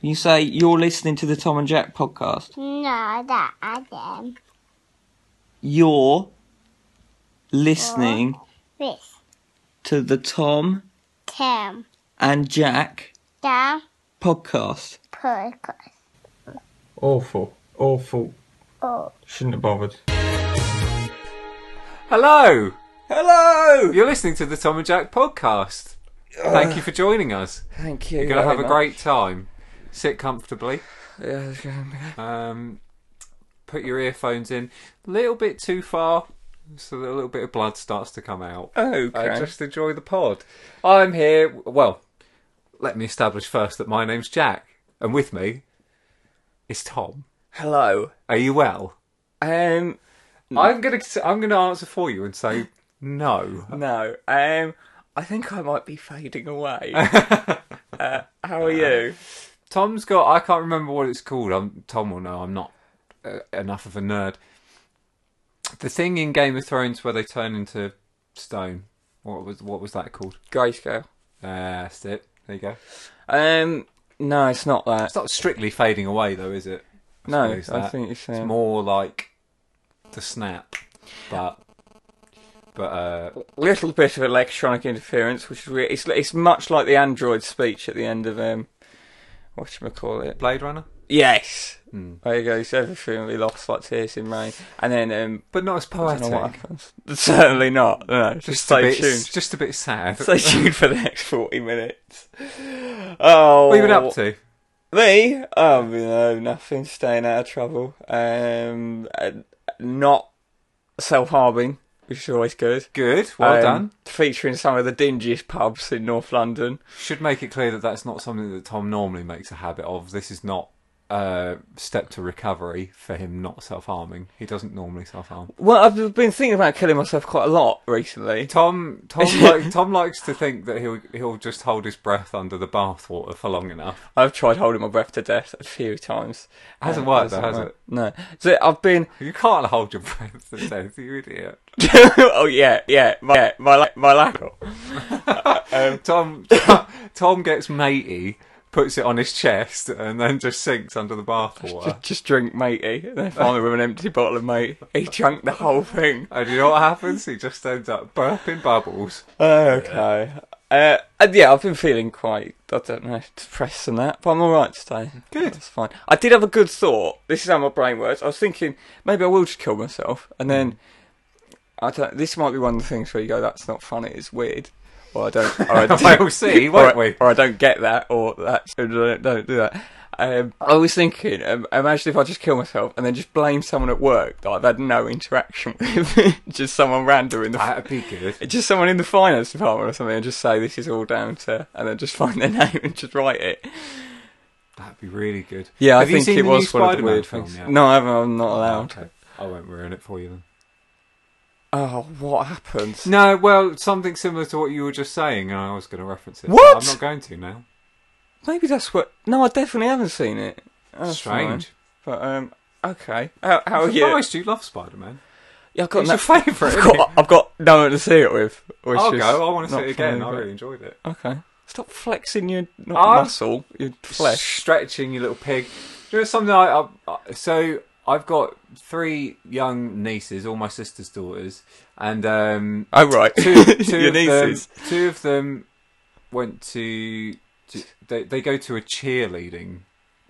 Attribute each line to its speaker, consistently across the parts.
Speaker 1: You say you're listening to the Tom and Jack podcast.
Speaker 2: No, that I am.
Speaker 1: You're listening
Speaker 2: This
Speaker 1: to the Tom
Speaker 2: Tim
Speaker 1: and Jack
Speaker 2: Down
Speaker 1: podcast.
Speaker 2: Podcast.
Speaker 3: Awful. Awful.
Speaker 2: Oh,
Speaker 3: Shouldn't have bothered.
Speaker 4: Hello!
Speaker 1: Hello.
Speaker 4: You're listening to the Tom and Jack podcast. Thank you for joining us.
Speaker 1: Thank you.
Speaker 4: You're going to
Speaker 1: very
Speaker 4: have a
Speaker 1: much.
Speaker 4: great time. Sit comfortably.
Speaker 1: Yeah, it's gonna
Speaker 4: Um, put your earphones in. A little bit too far, so that a little bit of blood starts to come out.
Speaker 1: be-
Speaker 4: Uh,
Speaker 1: Okay.
Speaker 4: just enjoy the pod. I'm here. Well, let me establish first that my name's Jack, and with me is Tom.
Speaker 1: Hello.
Speaker 4: Are you well?
Speaker 1: Um.
Speaker 4: I'm gonna I'm gonna answer for you and say no.
Speaker 1: No. Um. I think I might be fading away. Uh, how are you?
Speaker 4: Tom's got. I can't remember what it's called. I'm, Tom will know. I'm not uh, enough of a nerd. The thing in Game of Thrones where they turn into stone. What was what was that called?
Speaker 1: Grayscale.
Speaker 4: Uh, that's it. There you go.
Speaker 1: Um. No, it's not that.
Speaker 4: It's not strictly fading away though, is it? I
Speaker 1: No,
Speaker 4: suppose
Speaker 1: I
Speaker 4: that-
Speaker 1: think it's, uh,
Speaker 4: more like the snap, but but uh,
Speaker 1: little bit of electronic interference, which is weird. It's it's much like the Android speech at the end of um, what call it?
Speaker 4: Blade Runner,
Speaker 1: Yes,
Speaker 4: Mm.
Speaker 1: there you go. So everything we lost like tears in rain, and then um,
Speaker 4: but not as
Speaker 1: I don't know what
Speaker 4: poetic.
Speaker 1: happens. Certainly not. No, just,
Speaker 4: Just a
Speaker 1: stay
Speaker 4: bit,
Speaker 1: tuned.
Speaker 4: just a bit sad.
Speaker 1: Stay tuned for the next forty minutes. Oh,
Speaker 4: what have you been up to?
Speaker 1: Me? Oh, you know, nothing. Staying out of trouble. Um, uh, not self harming, which is always good.
Speaker 4: Good. Well
Speaker 1: Um,
Speaker 4: done.
Speaker 1: Featuring some of the dingiest pubs in North London.
Speaker 4: Should make it clear that that's not something that Tom normally makes a habit of. This is not a step to recovery for him not self harming. He doesn't normally self harm.
Speaker 1: Well, I've been thinking about killing myself quite a lot recently.
Speaker 4: Tom Tom like, Tom likes to think that he'll he'll just hold his breath under the bathwater for long enough.
Speaker 1: I've tried holding my breath to death a few times.
Speaker 4: Hasn't
Speaker 1: Uh,
Speaker 4: worked though, has
Speaker 1: worked. No. So I've been.
Speaker 4: it? You can't hold your breath to death, you idiot.
Speaker 1: oh yeah, yeah, my yeah, my la- my lack. Um,
Speaker 4: Tom Tom gets matey, puts it on his chest, and then just sinks under the bathwater.
Speaker 1: Just, just drink matey. And then finally, with an empty bottle of matey, he drank the whole thing.
Speaker 4: And you know what happens? He just ends up burping bubbles.
Speaker 1: Oh, Okay. Uh, and yeah, I've been feeling quite, I don't know, depressed and that, but I'm alright today. Good. That's fine. I did have a good thought. This is how my brain works. I was thinking, maybe I will just kill myself, and then, I don't, this might be one of the things where you go, that's not funny, it's weird. Or I don't, or I don't,
Speaker 4: We'll see, won't
Speaker 1: or,
Speaker 4: we?
Speaker 1: Or I don't get that, or that, or don't, don't do that. Um, I was thinking, um, imagine if I just kill myself and then just blame someone at work that I've had no interaction with, just someone random in the
Speaker 4: That'd be good.
Speaker 1: just someone in the finance department or something and just say this is all down to and then just find their name and just write it.
Speaker 4: That'd be really good.
Speaker 1: Yeah,
Speaker 4: Have
Speaker 1: I
Speaker 4: you
Speaker 1: think
Speaker 4: seen
Speaker 1: it
Speaker 4: the
Speaker 1: was
Speaker 4: new
Speaker 1: one of the
Speaker 4: Spider-Man
Speaker 1: weird
Speaker 4: film
Speaker 1: things.
Speaker 4: yet?
Speaker 1: No, I haven't, I'm not allowed.
Speaker 4: Okay. I won't ruin it for you then.
Speaker 1: Oh, what happened?
Speaker 4: No, well, something similar to what you were just saying, and I was going to reference it. but
Speaker 1: What?
Speaker 4: I'm not going to now.
Speaker 1: Maybe that's what. No, I definitely haven't seen it. That's
Speaker 4: Strange.
Speaker 1: fine. But um, okay. How, how are
Speaker 4: I'm
Speaker 1: you?
Speaker 4: surprised you love Spider-Man.
Speaker 1: Yeah, I've got
Speaker 4: It's
Speaker 1: no.
Speaker 4: your favourite.
Speaker 1: I've
Speaker 4: isn't it?
Speaker 1: got, I've got no one to see it with. which
Speaker 4: I'll
Speaker 1: is
Speaker 4: go. I want to see
Speaker 1: not
Speaker 4: it again.
Speaker 1: funny,
Speaker 4: I
Speaker 1: but-
Speaker 4: really enjoyed it.
Speaker 1: Okay. Stop flexing your not
Speaker 4: I'm-
Speaker 1: muscle, your flesh.
Speaker 4: Stretching your little pig. Do you know something? I, I so I've got three young nieces, all my sister's daughters, and um,
Speaker 1: Oh right,
Speaker 4: two, two
Speaker 1: your
Speaker 4: of
Speaker 1: nieces.
Speaker 4: Them, two of them went to, to they, they go to a cheerleading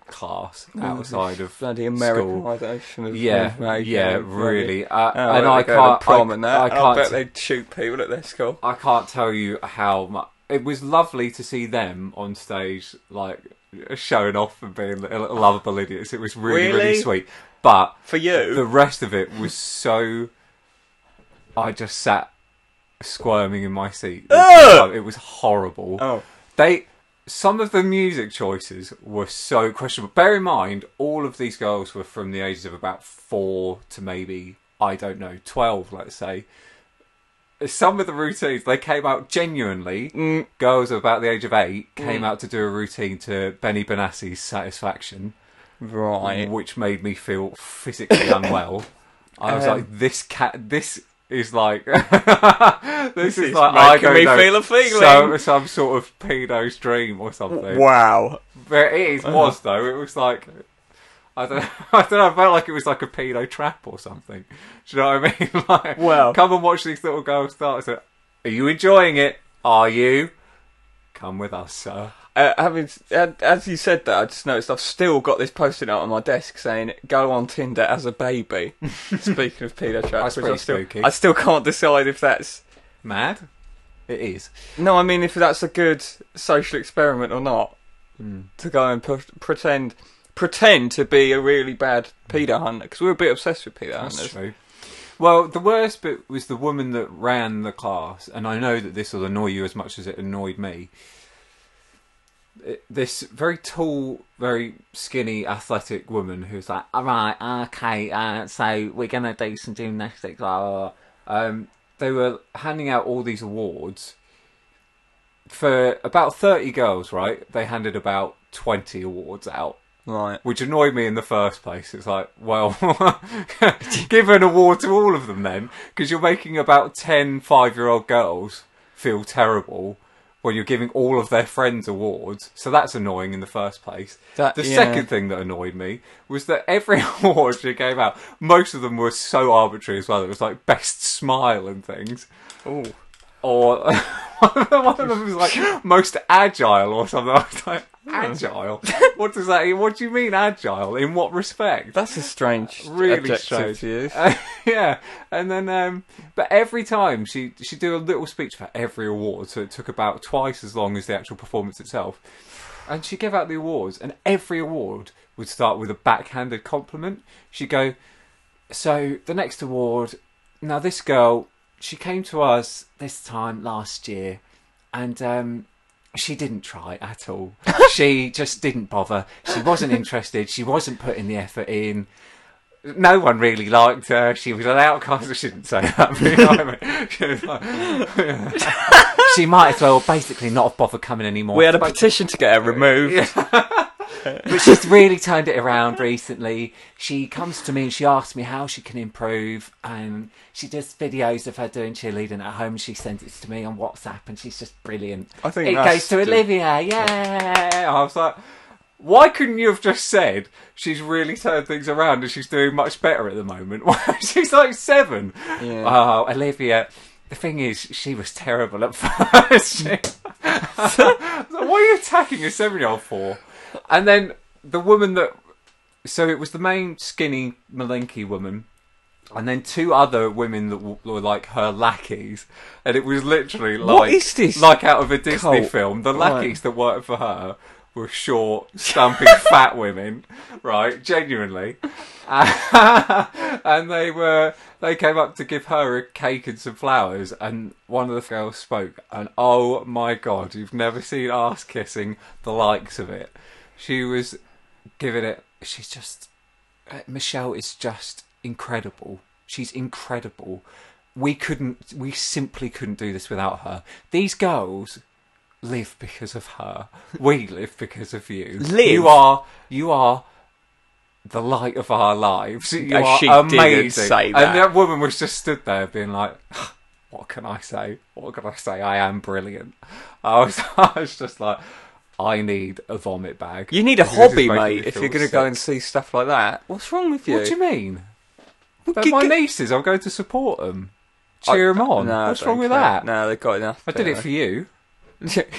Speaker 4: class
Speaker 1: Oh,
Speaker 4: outside of
Speaker 1: Bloody
Speaker 4: school.
Speaker 1: Americanization of
Speaker 4: Yeah,
Speaker 1: of America.
Speaker 4: yeah,
Speaker 1: Bloody-
Speaker 4: really. Uh,
Speaker 1: Oh,
Speaker 4: and
Speaker 1: well,
Speaker 4: I
Speaker 1: they go to
Speaker 4: can't,
Speaker 1: prom
Speaker 4: I,
Speaker 1: and that.
Speaker 4: I
Speaker 1: I, bet
Speaker 4: can't,
Speaker 1: they'd shoot people at their school.
Speaker 4: I can't tell you how much. It was lovely to see them on stage, like showing off and being little lovable idiots. It was really, really,
Speaker 1: Really?
Speaker 4: sweet. But
Speaker 1: For you,
Speaker 4: the rest of it was so. I just sat squirming in my seat. the
Speaker 1: Ugh!
Speaker 4: entire time. It was horrible.
Speaker 1: oh,
Speaker 4: They some of the music choices were so questionable. Bear in mind, all of these girls were from the ages of about four to maybe I don't know twelve, let's say. Some of the routines they came out genuinely.
Speaker 1: Mm.
Speaker 4: Girls of about the age of eight came out to do a routine to Benny Benassi's Satisfaction,
Speaker 1: right. Mm.
Speaker 4: which made me feel physically unwell. I was
Speaker 1: Um,
Speaker 4: like, this cat, this is like this, is,
Speaker 1: is
Speaker 4: like I
Speaker 1: making
Speaker 4: don't
Speaker 1: me
Speaker 4: know,
Speaker 1: feel a feeling.
Speaker 4: Some, some sort of pedo's dream or something.
Speaker 1: Wow.
Speaker 4: But it is,
Speaker 1: uh-huh.
Speaker 4: was though. It was like I don't, I don't know. I felt like it was like a pedo trap or something. Do you know what I mean? Like,
Speaker 1: Well-
Speaker 4: come and watch these little girls dance. Are you enjoying it? Are you? Come with us, sir.
Speaker 1: Uh, having uh, as you said that, I just noticed I've still got this post-it note on my desk saying "Go on Tinder as a baby." Speaking of pedo traps,
Speaker 4: That's
Speaker 1: which I
Speaker 4: pretty
Speaker 1: still
Speaker 4: spooky.
Speaker 1: I still can't decide if that's
Speaker 4: Mad? It is.
Speaker 1: no. I mean, if that's a good social experiment or not,
Speaker 4: Hmm.
Speaker 1: to go and pr- pretend pretend to be a really bad pedo hunter because we're a bit obsessed with pedo
Speaker 4: Hmm. That's
Speaker 1: hunters.
Speaker 4: true. Well, the worst bit was the woman that ran the class, and I know that this will annoy you as much as it annoyed me. It- This very tall, very skinny, athletic woman who's like, "All right, okay, uh, so we're gonna do some gymnastics." Blah, blah, blah." Um, they were handing out all these awards for about thirty girls. Right, they handed about twenty awards out
Speaker 1: Right.
Speaker 4: which annoyed me in the first place. It's like, well, give an award to all of them then, because you're making about 10 five year old girls feel terrible when you're giving all of their friends awards. So that's annoying in the first place.
Speaker 1: That-
Speaker 4: the
Speaker 1: yeah.
Speaker 4: second thing that annoyed me was that every award she gave out, most of them were so arbitrary as well. It was like best smile and things
Speaker 1: Ooh.
Speaker 4: or one of them was like most agile or something. I was like, agile? What does that? What do you mean agile? In what respect?
Speaker 1: That's a strange
Speaker 4: really
Speaker 1: adjective
Speaker 4: strange.
Speaker 1: to use.
Speaker 4: Uh, yeah, and then um, but every time she she do a little speech for every award, so it took about twice as long as the actual performance itself. And she gave out the awards, and every award would start with a backhanded compliment. She'd go, "So the next award, now this girl, she came to us this time last year, and um, she didn't try at all. she just didn't bother. She wasn't interested. She wasn't putting the effort in." no one really liked her. She was an outcast. I shouldn't say that. but you know what I mean? She was like- she might as well basically not have bothered coming anymore.
Speaker 1: we had a
Speaker 4: But-
Speaker 1: petition to get her removed.
Speaker 4: but she's really turned it around recently. She comes to me and she asks me how she can improve, and she does videos of her doing cheerleading at home. She sends it to me on WhatsApp, and she's just brilliant.
Speaker 1: I think
Speaker 4: it
Speaker 1: that's
Speaker 4: goes to
Speaker 1: good.
Speaker 4: Olivia. Yeah, I was like. Why couldn't you have just said she's really turned things around and she's doing much better at the moment? she's like seven.
Speaker 1: Yeah.
Speaker 4: Oh, Olivia. The thing is, she was terrible at first. She- I was like, what are you attacking a seven-year-old for? And then the woman that, so it was the main skinny Malinki woman, and then two other women that w- were like her lackeys, and it was literally like
Speaker 1: What is this
Speaker 4: like out of a Disney
Speaker 1: cult?
Speaker 4: film. The
Speaker 1: Right.
Speaker 4: lackeys that worked for her were short, stumpy, fat women, right? Genuinely, and they were they came up to give her a cake and some flowers and one of the girls spoke and oh my god you've never seen ass kissing the likes of it she was giving it she's just uh, michelle is just incredible she's incredible we couldn't we simply couldn't do this without her these girls live because of her we live because of you
Speaker 1: Live?
Speaker 4: you are you are the light of our lives. You
Speaker 1: Uh,
Speaker 4: are
Speaker 1: she didn't
Speaker 4: amazing.
Speaker 1: say that.
Speaker 4: And that woman was just stood there being like, what can I say? What can I say? I am brilliant. I was, I was just like, I need a vomit bag.
Speaker 1: You need a
Speaker 4: This is
Speaker 1: hobby,
Speaker 4: making me
Speaker 1: mate, if
Speaker 4: feel
Speaker 1: you're going to go
Speaker 4: sick.
Speaker 1: and see stuff like that. What's wrong with you?
Speaker 4: What do you mean?
Speaker 1: Well,
Speaker 4: They're
Speaker 1: g-
Speaker 4: my
Speaker 1: g-
Speaker 4: nieces. I'm going to support them. Cheer them on.
Speaker 1: No, I
Speaker 4: What's
Speaker 1: don't
Speaker 4: wrong with
Speaker 1: care.
Speaker 4: that?
Speaker 1: No, they've got enough.
Speaker 4: I did it for you.
Speaker 1: you. Shut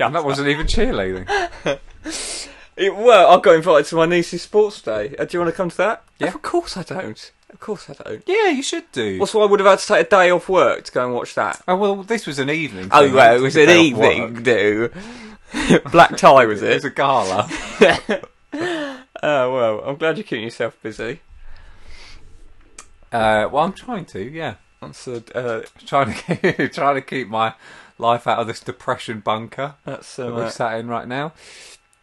Speaker 4: And that wasn't even cheerleading.
Speaker 1: It, well, I got invited to my niece's sports day. Uh, do you want to come to that?
Speaker 4: Yeah.
Speaker 1: Of course I don't. Of course I don't.
Speaker 4: yeah, you should do.
Speaker 1: What's why I would have had to take a day off work to go and watch that?
Speaker 4: Oh, well, this was an evening.
Speaker 1: Oh,
Speaker 4: thing.
Speaker 1: well, it was an
Speaker 4: They don't
Speaker 1: evening,
Speaker 4: work.
Speaker 1: do. Black tie, was
Speaker 4: It was
Speaker 1: it?
Speaker 4: a gala.
Speaker 1: Oh, well, I'm glad you're keeping yourself busy.
Speaker 4: Uh, well, I'm trying to, yeah.
Speaker 1: That's a, uh,
Speaker 4: trying to trying to keep my life out of this depression bunker
Speaker 1: that's
Speaker 4: that
Speaker 1: um,
Speaker 4: we're
Speaker 1: uh,
Speaker 4: sat in right now.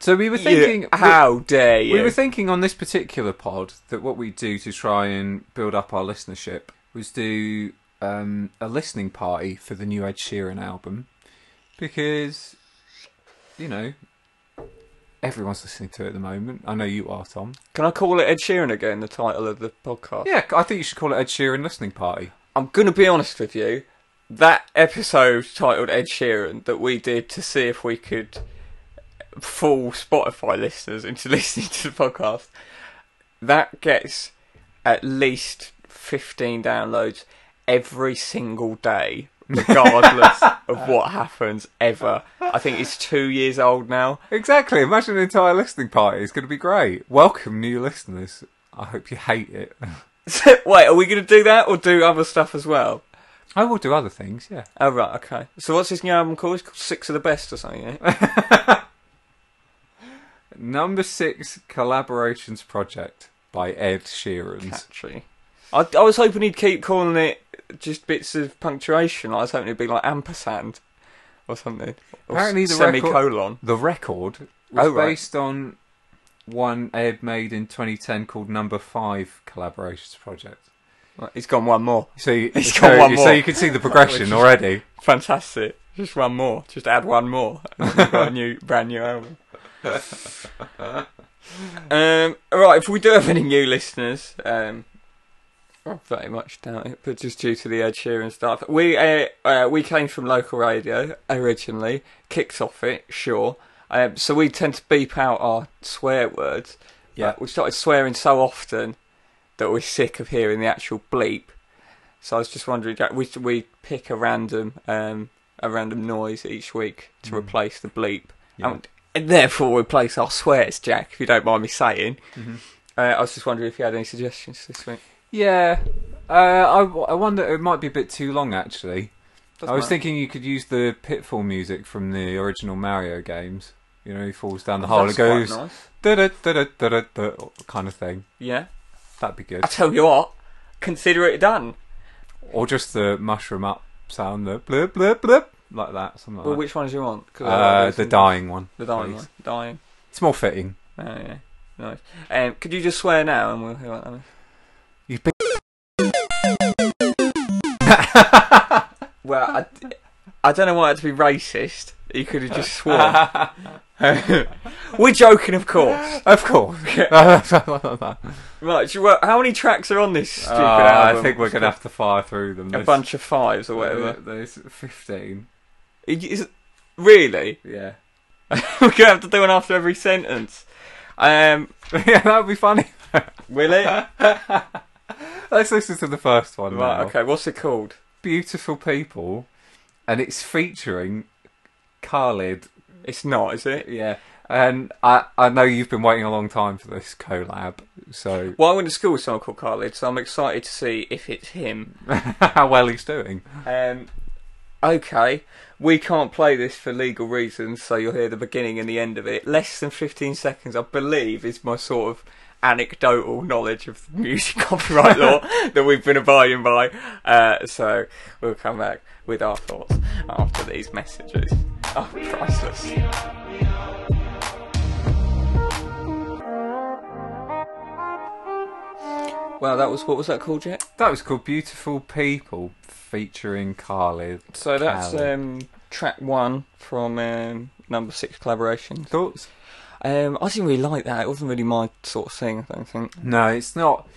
Speaker 4: So we were
Speaker 1: you-
Speaker 4: thinking, we-
Speaker 1: how dare
Speaker 4: we,
Speaker 1: you?
Speaker 4: were thinking on this particular pod that what we do to try and build up our listenership was do um, a listening party for the new Ed Sheeran album because you know everyone's listening to it at the moment. I know you are, Tom.
Speaker 1: Can I call it Ed Sheeran again? The title of the podcast.
Speaker 4: Yeah, I think you should call it Ed Sheeran listening party.
Speaker 1: I'm going to be honest with you. That episode titled Ed Sheeran that we did to see if we could fool Spotify listeners into listening to the podcast, that gets at least 15 downloads every single day, regardless of what happens ever. I think it's two years old now.
Speaker 4: Exactly. Imagine an entire listening party. It's going to be great. Welcome, new listeners. I hope you hate it.
Speaker 1: Wait, are we going to do that or do other stuff as well?
Speaker 4: I will do other things, yeah.
Speaker 1: Oh, right, okay. So, what's his new album called? It's called Six of the Best or something, isn't it?
Speaker 4: Number six collaborations project by Ed Sheeran's.
Speaker 1: Catchy. I, I was hoping he'd keep calling it just bits of punctuation. I was hoping it'd be like ampersand or something. Or
Speaker 4: Apparently
Speaker 1: s-
Speaker 4: the record-
Speaker 1: semicolon.
Speaker 4: The record was
Speaker 1: Oh, right.
Speaker 4: based on one Ed made in 2010 called Number Five Collaborations Project.
Speaker 1: Right, he's gone one more.
Speaker 4: So you,
Speaker 1: He's
Speaker 4: so,
Speaker 1: got one
Speaker 4: so
Speaker 1: more.
Speaker 4: you can see the progression
Speaker 1: is-
Speaker 4: already.
Speaker 1: Fantastic. Just one more. Just add one more. And then you've got a new, brand new album. um, right, if we do have any new listeners, um, I very much doubt it, but just due to the Ed Sheeran stuff, we uh, uh, we came from local radio originally, kicked off it, sure. Um, so we tend to beep out our swear words.
Speaker 4: Yeah.
Speaker 1: Uh, we started swearing so often that we're sick of hearing the actual bleep. So I was just wondering, Jack, we we pick a random um, a random noise each week to
Speaker 4: Mm.
Speaker 1: replace the bleep,
Speaker 4: Yeah.
Speaker 1: and, and therefore replace our swears, Jack. If you don't mind me saying,
Speaker 4: Mhm.
Speaker 1: uh, I was just wondering if you had any suggestions this week.
Speaker 4: Yeah. Uh, I, I wonder, it might be a bit too long actually. I was
Speaker 1: Doesn't
Speaker 4: thinking you could use the pitfall music from the original Mario games. You know, he falls down the
Speaker 1: matter.
Speaker 4: hole and
Speaker 1: Oh, That's quite
Speaker 4: goes
Speaker 1: nice.
Speaker 4: da da da da da da kind of thing.
Speaker 1: Yeah,
Speaker 4: That'd be good.
Speaker 1: I tell you what, consider it done.
Speaker 4: Or just the mushroom up sound, the blip blip blip, like that, something
Speaker 1: Well,
Speaker 4: like
Speaker 1: which ones do you want? 'Cause
Speaker 4: that.
Speaker 1: I like
Speaker 4: Uh,
Speaker 1: those
Speaker 4: the
Speaker 1: ones.
Speaker 4: dying one.
Speaker 1: the dying,
Speaker 4: please.
Speaker 1: one. dying.
Speaker 4: It's more fitting.
Speaker 1: Oh yeah, nice. Um, could you just swear now and we'll hear what that is?
Speaker 4: You b-
Speaker 1: Well, I, I don't know why I had to be racist. You could have just sworn. We're joking, of course.
Speaker 4: of course.
Speaker 1: Right, so, well, how many tracks are on this stupid
Speaker 4: Ah,
Speaker 1: album?
Speaker 4: Uh, I think we're gonna have to fire through them.
Speaker 1: a bunch of fives or whatever.
Speaker 4: There's fifteen.
Speaker 1: It is- really?
Speaker 4: Yeah.
Speaker 1: we're gonna have to do one after every sentence. Um,
Speaker 4: yeah, that would be funny.
Speaker 1: will it?
Speaker 4: Let's listen to the first one.
Speaker 1: right.
Speaker 4: now.
Speaker 1: Okay. What's it called?
Speaker 4: Beautiful people, and it's featuring Khalid.
Speaker 1: It's not, is it?
Speaker 4: Yeah, and I I know you've been waiting a long time for this collab, so
Speaker 1: Well, I went to school with someone called Khalid, so I'm excited to see if it's him.
Speaker 4: how well he's doing.
Speaker 1: Um, okay, we can't play this for legal reasons, so you'll hear the beginning and the end of it. Less than 15 seconds, I believe, is my sort of anecdotal knowledge of music copyright law that we've been abiding by. Uh, so we'll come back with our thoughts after these messages. Oh, priceless. Well, that was what was that called, Jack?
Speaker 4: That was called Beautiful People featuring Khalid.
Speaker 1: So that's
Speaker 4: Cali.
Speaker 1: um, track one from um, number six collaborations.
Speaker 4: Thoughts?
Speaker 1: Um, I didn't really like that. It wasn't really my sort of thing. I don't think.
Speaker 4: No, it's not.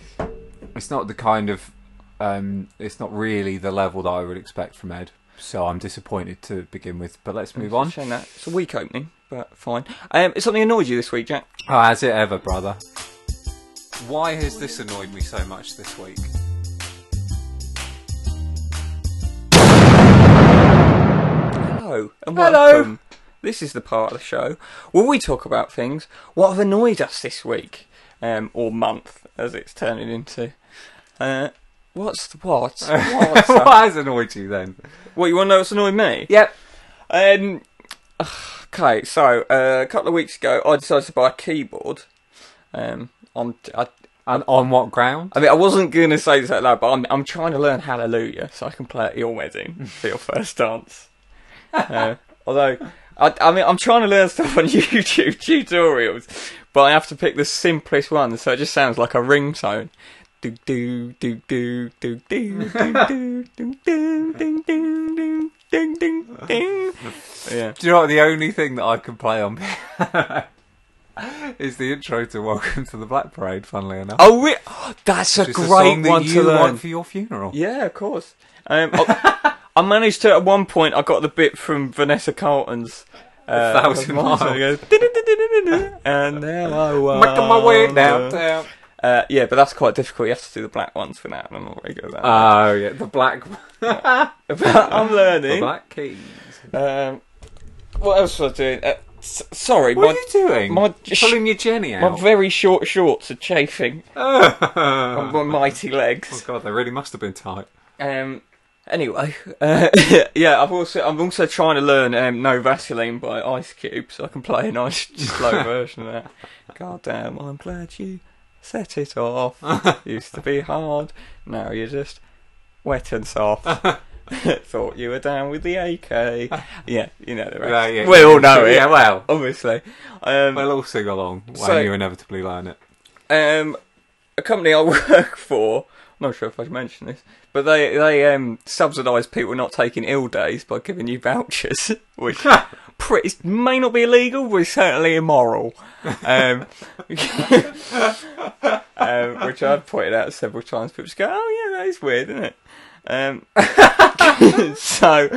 Speaker 4: It's not the kind of. Um, it's not really the level that I would expect from Ed. So I'm disappointed to begin with. But let's move
Speaker 1: It's a
Speaker 4: on.
Speaker 1: shame that. It's a weak opening, but fine. Um, it's something annoyed you this week, Jack.
Speaker 4: Oh, has it ever, brother? Why has this annoyed me so much this week?
Speaker 1: Hello and
Speaker 4: Hello.
Speaker 1: welcome. This is the part of the show where we talk about things what have annoyed us this week um, or month, as it's turning into. Uh, what's the what? What's up?
Speaker 4: Why has it annoyed you then?
Speaker 1: what you want to know? What's annoyed me?
Speaker 4: Yep.
Speaker 1: Um, okay, so uh, a couple of weeks ago, I decided to buy a keyboard. Um, I'm, I,
Speaker 4: And on what ground?
Speaker 1: I mean, I wasn't gonna say this out loud, but I'm, I'm trying to learn Hallelujah so I can play at your wedding for your first dance. Uh, although, I, I mean, I'm trying to learn stuff on YouTube tutorials, but I have to pick the simplest one, so it just sounds like a ringtone. Do do do do do do do do do do do do do do. Yeah.
Speaker 4: Do you know what? The only thing that I can play on is the intro to Welcome to the Black Parade, funnily enough.
Speaker 1: Oh, re- that's a
Speaker 4: Which is the
Speaker 1: great
Speaker 4: song that
Speaker 1: one
Speaker 4: you
Speaker 1: to learn.
Speaker 4: want for your funeral.
Speaker 1: Yeah, of course. Um, I, I managed to at one point. I got the bit from Vanessa Carlton's. Uh,
Speaker 4: Thousand Miles.
Speaker 1: It goes, "Du-du-du-du-du-du-du, and now I
Speaker 4: Making my way
Speaker 1: wander."
Speaker 4: downtown.
Speaker 1: Uh, yeah, but that's quite difficult. You have to do the black ones for that, and I'm not very good at that.
Speaker 4: Oh yeah, the black,
Speaker 1: but I'm
Speaker 4: the
Speaker 1: learning.
Speaker 4: black keys.
Speaker 1: Um, what else was I doing? Uh, s- sorry,
Speaker 4: What
Speaker 1: my,
Speaker 4: are you doing?
Speaker 1: my-
Speaker 4: pulling your Jenny
Speaker 1: my
Speaker 4: out.
Speaker 1: very short shorts are chafing on
Speaker 4: oh
Speaker 1: my mighty legs.
Speaker 4: god, they really must have been tight.
Speaker 1: Um. Anyway, uh, yeah, I've also I'm also trying to learn um, "No Vaseline" by Ice Cube, so I can play a nice slow version of that. God damn, I'm glad you set it off. Used to be hard, now you're just wet and soft. Thought you were down with the AK. Yeah, you know the rest.
Speaker 4: Right, yeah.
Speaker 1: we all know it,
Speaker 4: Yeah, well,
Speaker 1: obviously. Um,
Speaker 4: we'll all sing along when
Speaker 1: So-
Speaker 4: you inevitably learn it.
Speaker 1: um, a company I work for. I'm not sure if I should mention this, but they they um, subsidise people not taking ill days by giving you vouchers, which pretty, it may not be illegal, but it's certainly immoral. Um, um, which I've pointed out several times. People just go, "Oh yeah, that is weird, isn't it?" Um, so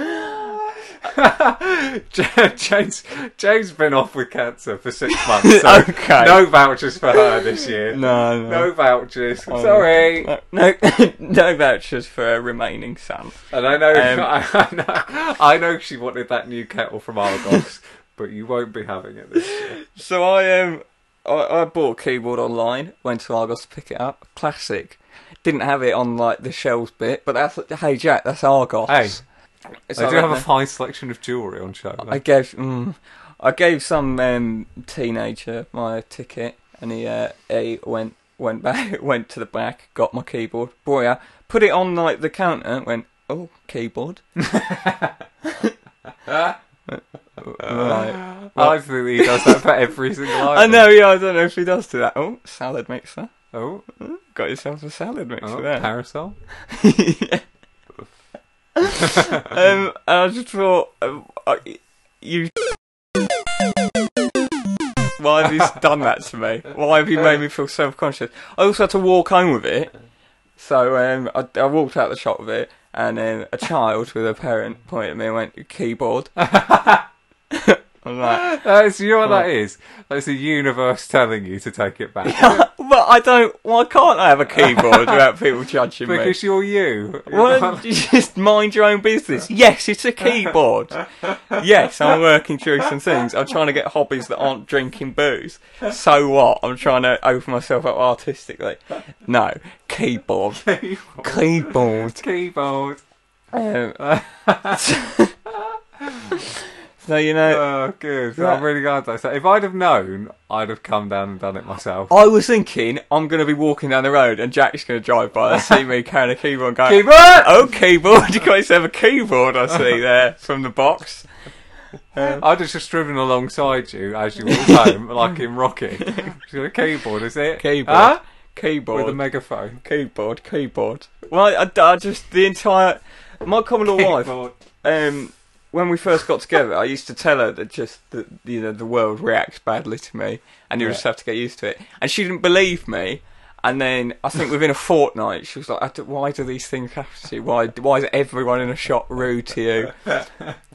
Speaker 4: James James been off with cancer for six months. So
Speaker 1: Okay.
Speaker 4: No vouchers for her this year.
Speaker 1: no,
Speaker 4: No vouchers.
Speaker 1: Oh,
Speaker 4: Sorry.
Speaker 1: no, no, no vouchers for a remaining son.
Speaker 4: And I know,
Speaker 1: Um,
Speaker 4: I, I know, I know she wanted that new kettle from Argos, but you won't be having it this year.
Speaker 1: So I um I, I bought a keyboard online, went to Argos to pick it up. Classic. Didn't have it on like the shells bit, but that's hey Jack, that's Argos.
Speaker 4: Hey,
Speaker 1: So
Speaker 4: I
Speaker 1: went
Speaker 4: do have a
Speaker 1: there.
Speaker 4: fine selection of jewellery on show. though.
Speaker 1: I gave mm, I gave some um, teenager my ticket, and he uh, he went went back went to the back, got my keyboard, brought it out, put it on like the counter, and went oh keyboard.
Speaker 4: Uh,
Speaker 1: right.
Speaker 4: I think he does that for every single item.
Speaker 1: I know, yeah, I don't know if he does do that. Oh, salad mixer.
Speaker 4: Oh,
Speaker 1: Got yourself a salad mixer
Speaker 4: oh
Speaker 1: there.
Speaker 4: parasol.
Speaker 1: um, and I just thought, um, I, you. Why have you done that to me? Why have you made me feel self conscious? I also had to walk home with it. So um, I, I walked out the shop with it, and um, a child with a parent pointed at me and went, keyboard. I'm like,
Speaker 4: That's Uh, you know what that is. That's the universe telling you to take it back
Speaker 1: but I don't. Why can't I have a keyboard without people judging me?
Speaker 4: because you're you.
Speaker 1: Why don't you just mind your own business? Yes, it's a keyboard. Yes, I'm working through some things. I'm trying to get hobbies that aren't drinking booze. So what? I'm trying to open myself up artistically. No, keyboard. Keyboard.
Speaker 4: Keyboard.
Speaker 1: Um, so, you know,
Speaker 4: Oh, good.
Speaker 1: Right.
Speaker 4: I'm really glad that's that. If I'd have known, I'd have come down and done it myself.
Speaker 1: I was thinking I'm going to be walking down the road and Jack's going to drive by and see me carrying a keyboard and go,
Speaker 4: Keyboard!
Speaker 1: Oh, keyboard. You guys have a keyboard, I see there from the box.
Speaker 4: I'd have just driven alongside you as you walked home, like in Rocky. She's got a keyboard, is it?
Speaker 1: Keyboard.
Speaker 4: Huh?
Speaker 1: Keyboard.
Speaker 4: With a megaphone.
Speaker 1: keyboard, keyboard. Well, I, I- I just the entire my common law wife.
Speaker 4: Keyboard.
Speaker 1: Um, when we first got together, I used to tell her that just that you know the world reacts badly to me, and you just have to get used to it. And she didn't believe me. And then I think within a fortnight, she was like, I d- "Why do these things happen to you? Why? Why is everyone in a shop rude to you?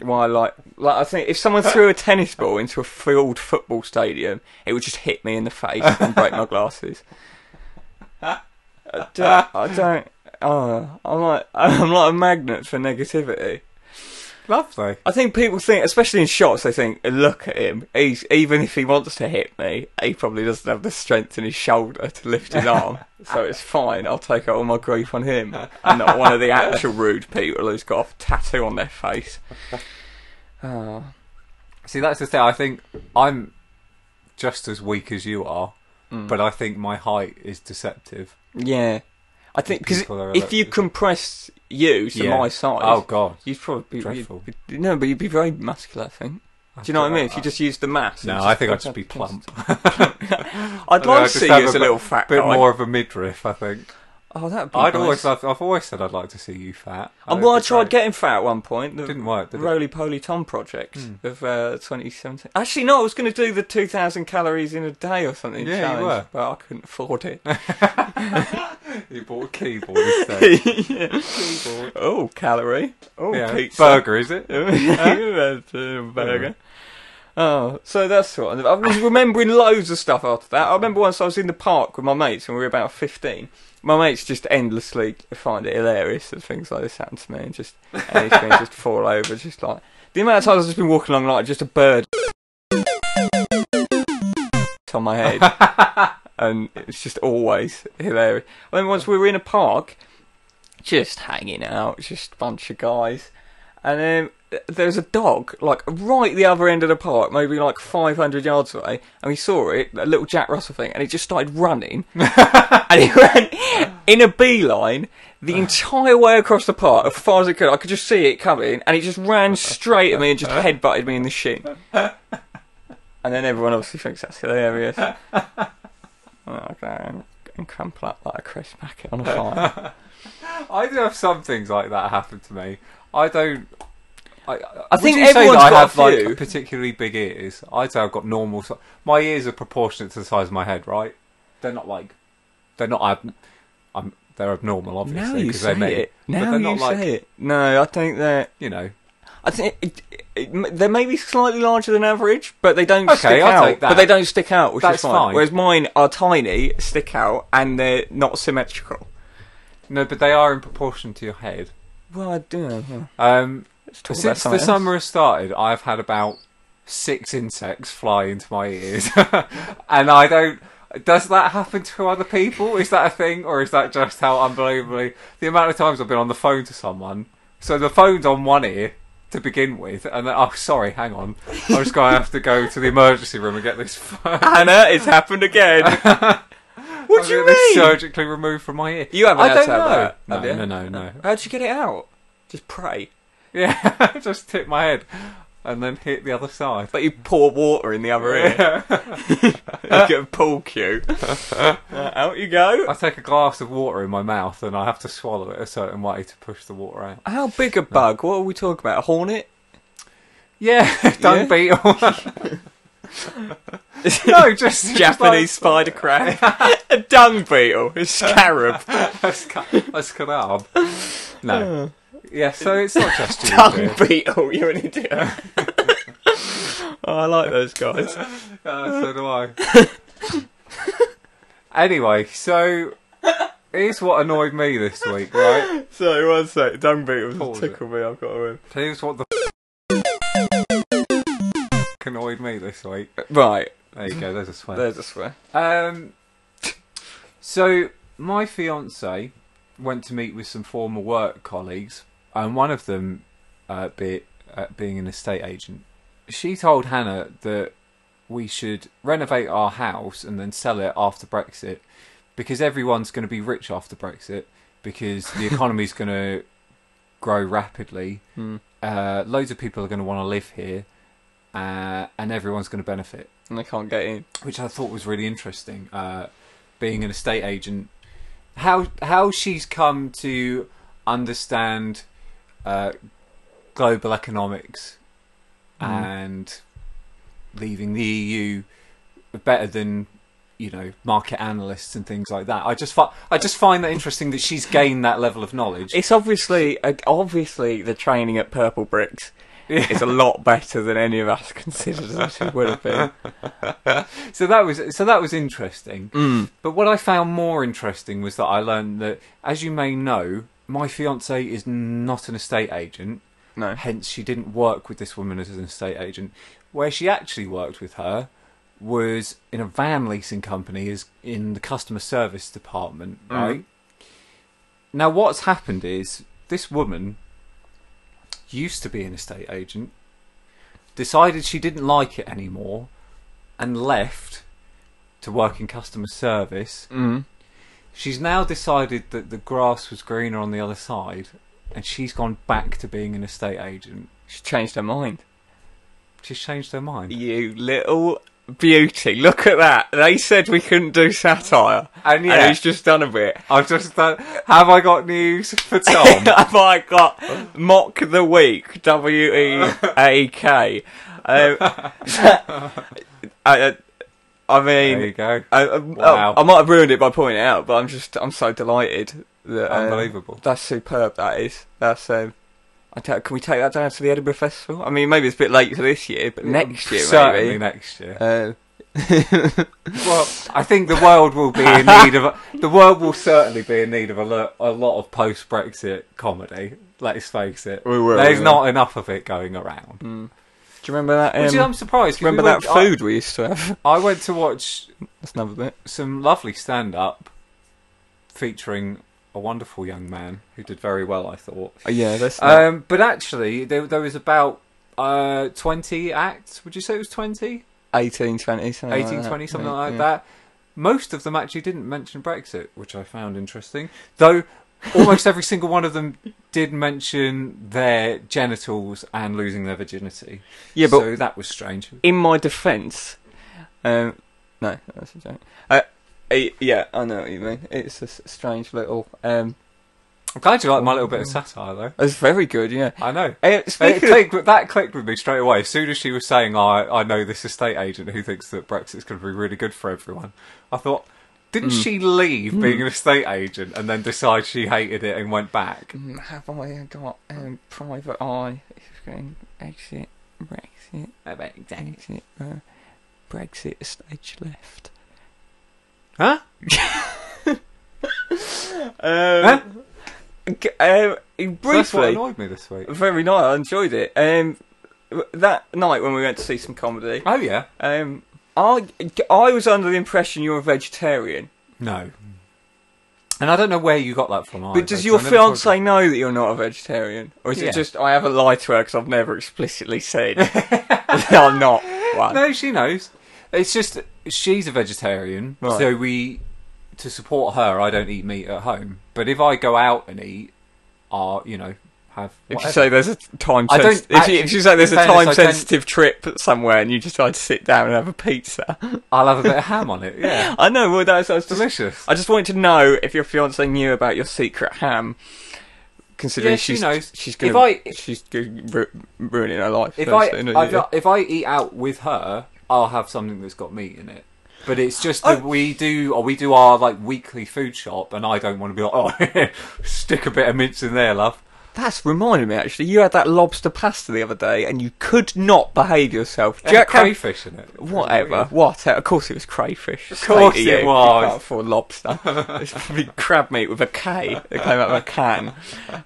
Speaker 1: Why like like I think if someone threw a tennis ball into a filled football stadium, it would just hit me in the face and break my glasses. I don't. I don't oh, I'm like I'm like a magnet for negativity.
Speaker 4: Lovely.
Speaker 1: I think people think, especially in shots, they think, "Look at him. He's even if he wants to hit me, he probably doesn't have the strength in his shoulder to lift his arm, so it's fine. I'll take all my grief on him, and not one of the actual rude people who's got a tattoo on their face." Oh.
Speaker 4: See, that's the thing. I think I'm just as weak as you are,
Speaker 1: Mm.
Speaker 4: but I think my height is deceptive.
Speaker 1: Yeah, I think because
Speaker 4: People are a
Speaker 1: if
Speaker 4: little-
Speaker 1: you compress you to
Speaker 4: Yeah.
Speaker 1: my size,
Speaker 4: Oh God.
Speaker 1: you'd probably be,
Speaker 4: dreadful.
Speaker 1: you'd, be- no, but you'd be very muscular. I think. Do you know what I mean? If you just use the mass. and
Speaker 4: No,
Speaker 1: just
Speaker 4: I think I'd
Speaker 1: put
Speaker 4: just
Speaker 1: up
Speaker 4: be
Speaker 1: against-
Speaker 4: plump.
Speaker 1: I'd
Speaker 4: I
Speaker 1: like
Speaker 4: just
Speaker 1: to see you
Speaker 4: have
Speaker 1: as
Speaker 4: a
Speaker 1: a little fat
Speaker 4: bit
Speaker 1: guy.
Speaker 4: more of a midriff, I think.
Speaker 1: Oh, that'd be
Speaker 4: I'd
Speaker 1: nice.
Speaker 4: always, I've, I've always said I'd like to see you fat.
Speaker 1: And
Speaker 4: That'd
Speaker 1: Oh, well, I
Speaker 4: be
Speaker 1: tried
Speaker 4: great.
Speaker 1: getting fat at one point. The
Speaker 4: Didn't work, did it? Hmm.
Speaker 1: Roly Poly Tom project of uh, 2017. Actually, no, I was going to do the 2,000 calories in a day or something
Speaker 4: Yeah, you
Speaker 1: challenge,
Speaker 4: were.
Speaker 1: but I couldn't afford it.
Speaker 4: You bought a keyboard instead.
Speaker 1: Yeah. Oh, calorie. Oh,
Speaker 4: yeah.
Speaker 1: pizza.
Speaker 4: Burger, is it?
Speaker 1: That's a burger. Oh, so that's what I was remembering loads of stuff after that. I remember once I was in the park with my mates when we were about fifteen. My mates just endlessly find it hilarious that things like this happen to me and just anything just fall over, just like the amount of times I've just been walking along like just a bird on my head and it's just always hilarious. And then once we were in a park, just hanging out, just a bunch of guys, and then th- there was a dog like right the other end of the park, maybe like 500 yards away, and we saw it, a little Jack Russell thing, and it just started running, and it ran in a beeline the
Speaker 4: Ah.
Speaker 1: entire way across the park as far as it could. I could just see it coming, and it just ran straight at me and just headbutted me in the shin. And then everyone obviously thinks that's hilarious. Oh, okay. And, and crumple up like a crisp packet on a fire.
Speaker 4: I do have some things like that happen to me. I don't. I,
Speaker 1: I
Speaker 4: would
Speaker 1: think
Speaker 4: you say that
Speaker 1: everyone's
Speaker 4: I
Speaker 1: got a
Speaker 4: have
Speaker 1: few.
Speaker 4: like particularly big ears. I'd say I've got normal. si- My ears are proportionate to the size of my head, right? They're not like they're not. ab- I'm they're abnormal,
Speaker 1: now
Speaker 4: obviously,
Speaker 1: you
Speaker 4: because they
Speaker 1: say
Speaker 4: made
Speaker 1: it. Now you
Speaker 4: they're not
Speaker 1: say
Speaker 4: like-
Speaker 1: it. No, I think that
Speaker 4: you know.
Speaker 1: I think it, it, it, they may be slightly larger than average, but they don't
Speaker 4: Okay,
Speaker 1: stick
Speaker 4: I'll
Speaker 1: out.
Speaker 4: take that.
Speaker 1: But they don't stick out, which
Speaker 4: That's
Speaker 1: is fine.
Speaker 4: fine.
Speaker 1: Whereas mine are tiny, stick out, and they're not symmetrical.
Speaker 4: No, but they are in proportion to your head.
Speaker 1: Well, I do. Know, yeah.
Speaker 4: Um,
Speaker 1: Let's talk about
Speaker 4: Since the
Speaker 1: something else.
Speaker 4: summer has started, I've had about six insects fly into my ears, and I don't. Does that happen to other people? Is that a thing, or is that just how unbelievably the amount of times I've been on the phone to someone? So the phone's on one ear to begin with, and then, oh, sorry, hang on, I'm just going to have to go to the emergency room and get this phone.
Speaker 1: Hannah, it's happened again. Ah, what do
Speaker 4: I'll
Speaker 1: you
Speaker 4: get
Speaker 1: mean?
Speaker 4: this surgically removed from my ear.
Speaker 1: You haven't
Speaker 4: I
Speaker 1: had
Speaker 4: don't
Speaker 1: to have
Speaker 4: know.
Speaker 1: that, have
Speaker 4: No,
Speaker 1: you?
Speaker 4: no, no, no.
Speaker 1: How'd you get it out? Just pray.
Speaker 4: Yeah, just tip my head and then hit the other side.
Speaker 1: But you pour water in the other ear. you get a pool cue. Uh, out you
Speaker 4: I
Speaker 1: go.
Speaker 4: take a glass of water in my mouth and I have to swallow it a certain way to push the water out.
Speaker 1: How big a bug? What are we talking about? A hornet?
Speaker 4: Yeah, dung
Speaker 1: Yeah?
Speaker 4: beetle. no, just
Speaker 1: Japanese
Speaker 4: Just like,
Speaker 1: spider crab? a dung beetle? A scarab?
Speaker 4: a sca- a scarab. No. Yeah, so it's not just you.
Speaker 1: dung
Speaker 4: dear.
Speaker 1: beetle, you're an idiot. oh, I like those guys.
Speaker 4: Uh, so do I. anyway, so here's what annoyed me this week, right?
Speaker 1: Sorry, one sec. Dung beetles
Speaker 4: Pause
Speaker 1: just tickle me, I've got to win.
Speaker 4: Here's what the annoyed me this week.
Speaker 1: Right,
Speaker 4: There you go. There's a swear.
Speaker 1: there's a swear.
Speaker 4: Um, so my fiance went to meet with some former work colleagues, and one of them, uh, be, uh, being an estate agent, she told Hannah that we should renovate our house and then sell it after Brexit, because everyone's going to be rich after Brexit, because the economy's going to grow rapidly.
Speaker 1: Hmm.
Speaker 4: Uh, loads of people are going to want to live here, uh, and everyone's going to benefit
Speaker 1: And they can't get in.
Speaker 4: which I thought was really interesting. Uh, being an estate agent, how how she's come to understand uh, global economics
Speaker 1: Mm.
Speaker 4: and leaving the EU better than you know market analysts and things like that. I just fi- I just find that interesting that she's gained that level of knowledge.
Speaker 1: It's obviously, uh, obviously, the training at Purple Bricks is a lot better than any of us considered that it would have been.
Speaker 4: so that was so that was interesting.
Speaker 1: Mm.
Speaker 4: But what I found more interesting was that I learned that, as you may know, my fiance is not an estate agent.
Speaker 1: No.
Speaker 4: Hence, she didn't work with this woman as an estate agent. Where she actually worked with her was in a van leasing company, is in the customer service department. Right now, what's happened is this woman used to be an estate agent, decided she didn't like it anymore, and left to work in customer service.
Speaker 1: Mm.
Speaker 4: She's now decided that the grass was greener on the other side, and she's gone back to being an estate agent.
Speaker 1: She changed her mind.
Speaker 4: She's changed her mind.
Speaker 1: You little beauty. Look at that. They said we couldn't do satire.
Speaker 4: And yeah.
Speaker 1: he's just done a bit.
Speaker 4: I've just done. Have I got news for Tom?
Speaker 1: Have I got Mock the Week? W E A K. Um, I, uh, I
Speaker 4: there you
Speaker 1: mean,
Speaker 4: go.
Speaker 1: I, I,
Speaker 4: Wow.
Speaker 1: I might have ruined it by pointing it out, but I'm just, I'm so delighted. That, um,
Speaker 4: Unbelievable.
Speaker 1: That's superb. That is. That's. Um, I don't, can we take that down to the Edinburgh Festival? I mean, maybe it's a bit late for this year, but next year
Speaker 4: Certainly
Speaker 1: maybe.
Speaker 4: next year.
Speaker 1: Uh,
Speaker 4: Well, I think the world will be in need of a, the world will certainly be in need of a lot, a lot of post Brexit comedy. Let's face it,
Speaker 1: We will,
Speaker 4: There's
Speaker 1: yeah.
Speaker 4: not enough of it going around.
Speaker 1: do you remember that? Um,
Speaker 4: Which is, I'm surprised. 'cause we
Speaker 1: remember that
Speaker 4: went- I-
Speaker 1: food we used to have?
Speaker 4: I, went to watch
Speaker 1: That's another bit.
Speaker 4: some lovely stand up featuring a wonderful young man who did very well. I thought.
Speaker 1: Oh, yeah, that's. not-
Speaker 4: Um, but actually, there, there was about uh, 20 acts. Would you say it was 20?
Speaker 1: 18, 20, something like
Speaker 4: 18,
Speaker 1: that.
Speaker 4: 20, something
Speaker 1: Uh, Yeah.
Speaker 4: like that. Most of them actually didn't mention Brexit, which I found interesting. Though almost every single one of them did mention their genitals and losing their virginity.
Speaker 1: Yeah, but
Speaker 4: so that was strange.
Speaker 1: in my defence, um, no, that's a joke. Uh, I- yeah, I know what you mean. It's a s- strange little. Um,
Speaker 4: I'm glad you liked my little bit of satire, though.
Speaker 1: it's very good. Yeah.
Speaker 4: I know.
Speaker 1: Uh,
Speaker 4: It
Speaker 1: speaking of
Speaker 4: clicked, that clicked with me straight away. As soon as she was saying, oh, I, I know this estate agent who thinks that Brexit's going to be really good for everyone, I thought, didn't
Speaker 1: Hmm.
Speaker 4: she leave being an estate agent and then decide she hated it and went back?
Speaker 1: Mm, Have I got um, private eye? It's going exit, Brexit, exit, uh, Brexit, stage left.
Speaker 4: Huh?
Speaker 1: Um, g- um,
Speaker 4: That's what
Speaker 1: briefly,
Speaker 4: annoyed me this week.
Speaker 1: very nice. I enjoyed it. Um, w- that night when we went to see some comedy,
Speaker 4: Oh, yeah.
Speaker 1: um, I I was under the impression you're a vegetarian.
Speaker 4: No. And I don't know where you got that from. either,
Speaker 1: But does
Speaker 4: so
Speaker 1: your
Speaker 4: I never thought
Speaker 1: fiance know that you're not a vegetarian, or is
Speaker 4: Yeah.
Speaker 1: it just I haven't lied to her because I've never explicitly said I'm not
Speaker 4: of-
Speaker 1: one?
Speaker 4: No, she knows. It's just she's a vegetarian,
Speaker 1: Right.
Speaker 4: so we to support her. I don't eat meat at home, but if I go out and eat, I you know have.
Speaker 1: If you
Speaker 4: whatever.
Speaker 1: say there's a time
Speaker 4: I don't
Speaker 1: sensitive, if, you- if you say there's a
Speaker 4: actually- in
Speaker 1: time
Speaker 4: fairness, I don't-
Speaker 1: sensitive trip somewhere and you decide to sit down and have a pizza,
Speaker 4: I'll have a bit of ham on it. Yeah,
Speaker 1: I know. Well, that's, that's just,
Speaker 4: delicious.
Speaker 1: I just wanted to know if your fiance knew about your secret ham, considering
Speaker 4: Yeah, she
Speaker 1: she's
Speaker 4: knows.
Speaker 1: she's
Speaker 4: If
Speaker 1: going
Speaker 4: I-
Speaker 1: she's gonna ru- ruining her life.
Speaker 4: If
Speaker 1: that's
Speaker 4: I
Speaker 1: the end of
Speaker 4: I've
Speaker 1: the year.
Speaker 4: got- if I eat out with her, I'll have something that's got meat in it. But it's just that
Speaker 1: Oh.
Speaker 4: we do or we do our like weekly food shop, and I don't want to be like, oh, stick a bit of mince in there, love.
Speaker 1: that's reminding me actually. You had that lobster pasta the other day and you could not behave yourself. Do you
Speaker 4: Yeah,
Speaker 1: reckon-
Speaker 4: crayfish in it.
Speaker 1: Whatever, whatever. Of course it was crayfish. Of
Speaker 4: course it was.
Speaker 1: You can't afford lobster. it's probably crab meat with a K that came out of a can.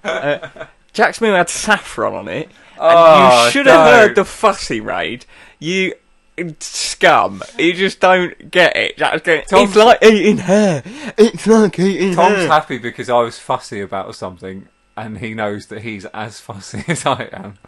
Speaker 1: Uh, Jack's meal had saffron on it. and
Speaker 4: Oh,
Speaker 1: you should have
Speaker 4: no.
Speaker 1: heard the fussy raid. You scum. You just don't get it. Jack's going,
Speaker 4: Tom's-
Speaker 1: it's like eating hair. It's like eating
Speaker 4: Tom's
Speaker 1: hair.
Speaker 4: happy because I was fussy about something, and he knows that he's as fussy as I am.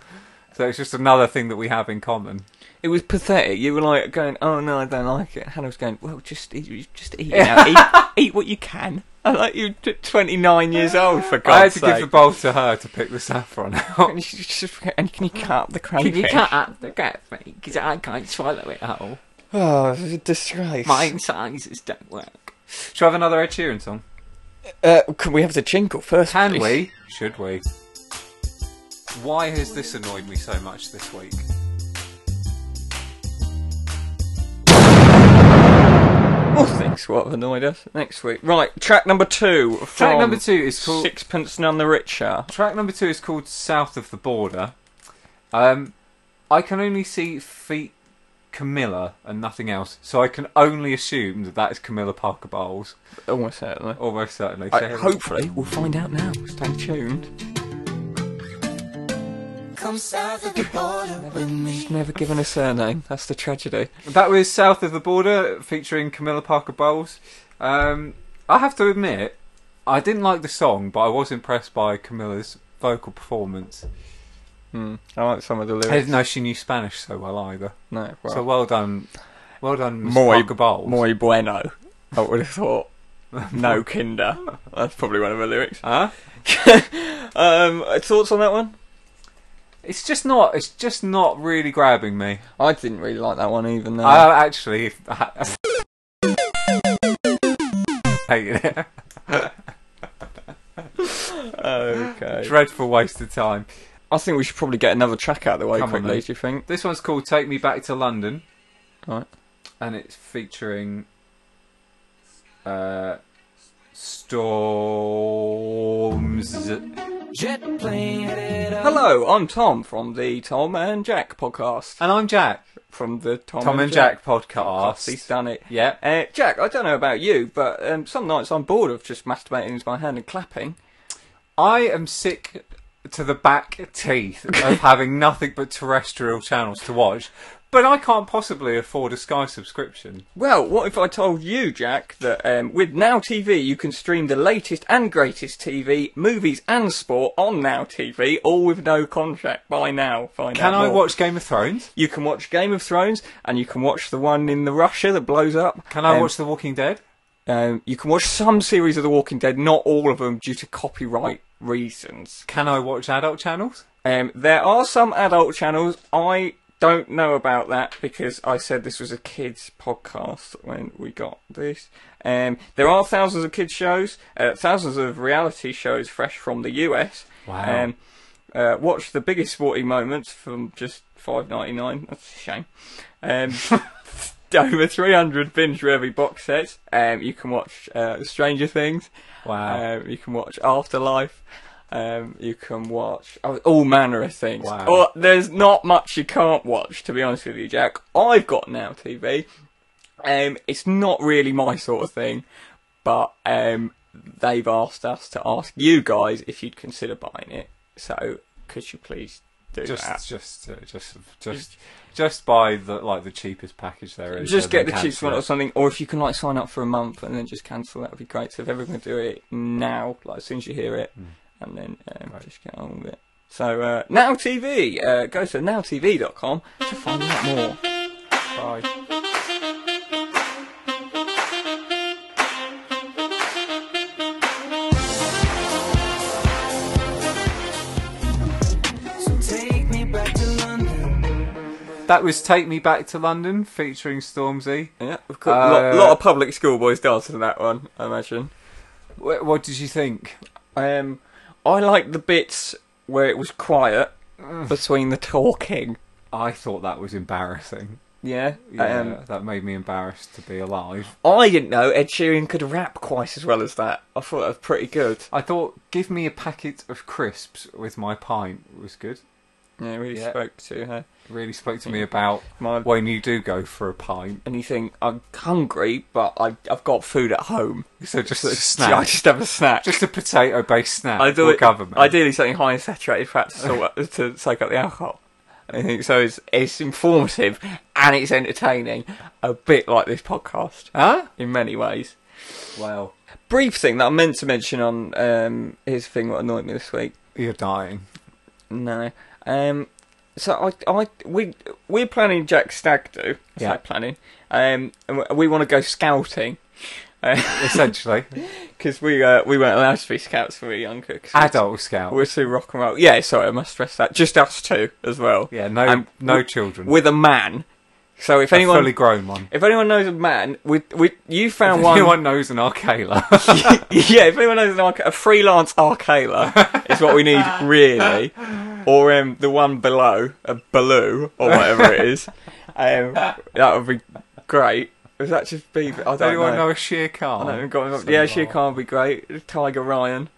Speaker 4: So it's just another thing that we have in common.
Speaker 1: it was pathetic. You were like going, oh no, I don't like it. Hannah was going, well, just eat, just eat it now. eat, eat what you can. I'm like, you're t- 29 years old, for
Speaker 4: I had
Speaker 1: God's
Speaker 4: to
Speaker 1: sake.
Speaker 4: give the bowl to her to pick the saffron out.
Speaker 1: And she- she- she- and can you cut up the crayfish?
Speaker 5: up the cat me? Because I can't swallow it whole.
Speaker 1: Oh, it's a disgrace.
Speaker 5: My incisors don't work.
Speaker 4: Should I have another Ed Sheeran song?
Speaker 1: Uh, can we have the jingle first?
Speaker 4: Can
Speaker 1: please?
Speaker 4: we? Should we? Why has this annoyed me so much this week?
Speaker 1: More things Oh, what have annoyed us next week. Right, track number two.
Speaker 4: Track
Speaker 1: from
Speaker 4: number two is called.
Speaker 1: Sixpence None the Richer.
Speaker 4: Track number two is called "South of the Border." Um, I can only see feet Camilla and nothing else, so I can only assume that that is Camilla Parker Bowles,
Speaker 1: Almost certainly.
Speaker 4: almost Oh, certainly.
Speaker 1: I-
Speaker 4: So-
Speaker 1: hopefully, we'll find out now. Stay tuned.
Speaker 6: Come south of the border with me.
Speaker 1: She's never given a surname. That's the tragedy.
Speaker 4: That was South of the Border featuring Camilla Parker Bowles. Um, I have to admit, I didn't like the song, but I was impressed by Camilla's vocal performance.
Speaker 1: Hmm. I like some of the
Speaker 4: I
Speaker 1: lyrics.
Speaker 4: didn't know she knew Spanish so well either.
Speaker 1: No, well,
Speaker 4: So well done, well done, Miss
Speaker 1: Muy-
Speaker 4: Parker Bowles.
Speaker 1: muy bueno. I would have thought. No kinder. That's probably one of her lyrics.
Speaker 4: Huh?
Speaker 1: um, thoughts on that one?
Speaker 4: It's just not. It's just not really grabbing me.
Speaker 1: I didn't really like that one even though.
Speaker 4: I actually I hated it.
Speaker 1: okay.
Speaker 4: Dreadful waste of time.
Speaker 1: I think we should probably get another track out of the way
Speaker 4: Come on,
Speaker 1: quickly.
Speaker 4: then.
Speaker 1: do you think?
Speaker 4: This one's called "Take Me Back to London."
Speaker 1: Right.
Speaker 4: and it's featuring uh, Storms. And
Speaker 6: Jet plane headed up.
Speaker 1: Hello, I'm Tom from the Tom and Jack podcast.
Speaker 4: I'm Jack.
Speaker 1: From the Tom,
Speaker 4: Tom and Jack podcast.
Speaker 1: He's done it.
Speaker 4: Yeah.
Speaker 1: Uh, Jack, I don't know about you, but um, some nights I'm bored of just masturbating into my hand and clapping.
Speaker 4: I am sick to the back teeth of having nothing but terrestrial channels to watch, but I can't possibly afford a Sky subscription.
Speaker 1: Well, what if I told you, Jack, that um, with Now TV you can stream the latest and greatest TV, movies and sport on Now TV, all with no contract. By now, find
Speaker 4: Can
Speaker 1: out
Speaker 4: I
Speaker 1: more.
Speaker 4: watch Game of Thrones?
Speaker 1: You can watch Game of Thrones, and you can watch the one in the Russia that blows up.
Speaker 4: Can I
Speaker 1: Um,
Speaker 4: watch The Walking Dead?
Speaker 1: Um, you can watch some series of The Walking Dead, not all of them, due to copyright reasons.
Speaker 4: Can I watch adult channels?
Speaker 1: Um, there are some adult channels. I don't know about that because I said this was a kids podcast when we got this. Um, there are thousands of kids shows, uh, thousands of reality shows fresh from the US.
Speaker 4: Wow.
Speaker 1: Um, uh, watch the biggest sporting moments from just five ninety nine. That's a shame. Um, over three hundred binge-worthy box sets. Um, you can watch uh, Stranger Things.
Speaker 4: Wow.
Speaker 1: Um, you can watch Afterlife. Um, you can watch oh, all manner of things.
Speaker 4: Wow.
Speaker 1: Or there's not much you can't watch, to be honest with you, Jack. I've got Now TV. Um, it's not really my sort of thing, but um, they've asked us to ask you guys if you'd consider buying it. So could you please do
Speaker 4: just,
Speaker 1: that?
Speaker 4: just, uh, just, just, just buy the like the cheapest package there is.
Speaker 1: just
Speaker 4: and then
Speaker 1: get the cheapest
Speaker 4: cancel
Speaker 1: one
Speaker 4: it.
Speaker 1: or something, or if you can like sign up for a month and then just cancel, that would be great. So if everyone do it now, like as soon as you hear it, and then um, just get on with it. So uh, now TV, uh, go to nowtv.com to find out more. Bye.
Speaker 6: So take me back to London.
Speaker 4: That was Take Me Back to London featuring Stormzy.
Speaker 1: Yeah, of course. A lot,
Speaker 4: Uh,
Speaker 1: lot of public schoolboys danced to that one, I imagine.
Speaker 4: Wh- what did you think?
Speaker 1: Um, I like the bits where it was quiet between the talking.
Speaker 4: I thought that was embarrassing.
Speaker 1: Yeah.
Speaker 4: Yeah,
Speaker 1: Um,
Speaker 4: that made me embarrassed to be alive.
Speaker 1: I didn't know Ed Sheeran could rap quite as well as that. I thought that was pretty good.
Speaker 4: I thought, give me a packet of crisps with my pint was good.
Speaker 1: Yeah, we
Speaker 4: Yeah.
Speaker 1: spoke to her.
Speaker 4: Really spoke to me about
Speaker 1: My
Speaker 4: when you do go for a pint.
Speaker 1: and you think I'm hungry, but I, I've got food at home.
Speaker 4: So just
Speaker 1: So
Speaker 4: a
Speaker 1: it's-
Speaker 4: snack,
Speaker 1: I just have a snack.
Speaker 4: just a potato-based snack
Speaker 1: I do
Speaker 4: for
Speaker 1: it-
Speaker 4: government.
Speaker 1: Ideally, something high in saturated fat to, sort out- to soak up the alcohol. I think so. It's, it's informative and it's entertaining, a bit like this podcast
Speaker 4: Huh?
Speaker 1: in many ways.
Speaker 4: Well,
Speaker 1: Brief thing that I meant to mention on um, here's the thing what annoyed me this week.
Speaker 4: you're dying.
Speaker 1: No. Um. So I, I, we, we're planning Jack Stag do.
Speaker 4: Yeah.
Speaker 1: Yeah. Planning. Um. and we- We want to go scouting. Uh,
Speaker 4: Essentially,
Speaker 1: Because we uh, we weren't allowed to be scouts when we were younger. 'cause
Speaker 4: adult scout.
Speaker 1: We're too rock and roll. Yeah, sorry, I must stress that. Just us two as well.
Speaker 4: yeah, no,
Speaker 1: Um,
Speaker 4: no
Speaker 1: w-
Speaker 4: children.
Speaker 1: With a man. So if
Speaker 4: a
Speaker 1: anyone
Speaker 4: fully grown one.
Speaker 1: if anyone knows a man, we we you found
Speaker 4: If
Speaker 1: one.
Speaker 4: anyone knows an Arcala.
Speaker 1: yeah, if anyone knows an arca- a freelance Arcala is what we need really, or um the one below a Baloo or whatever it is. Um, that would be great. Is that just Bieber? I don't
Speaker 4: anyone
Speaker 1: know.
Speaker 4: know. a sheer car?
Speaker 1: I don't got him. Yeah, she can't be great. Tiger Ryan.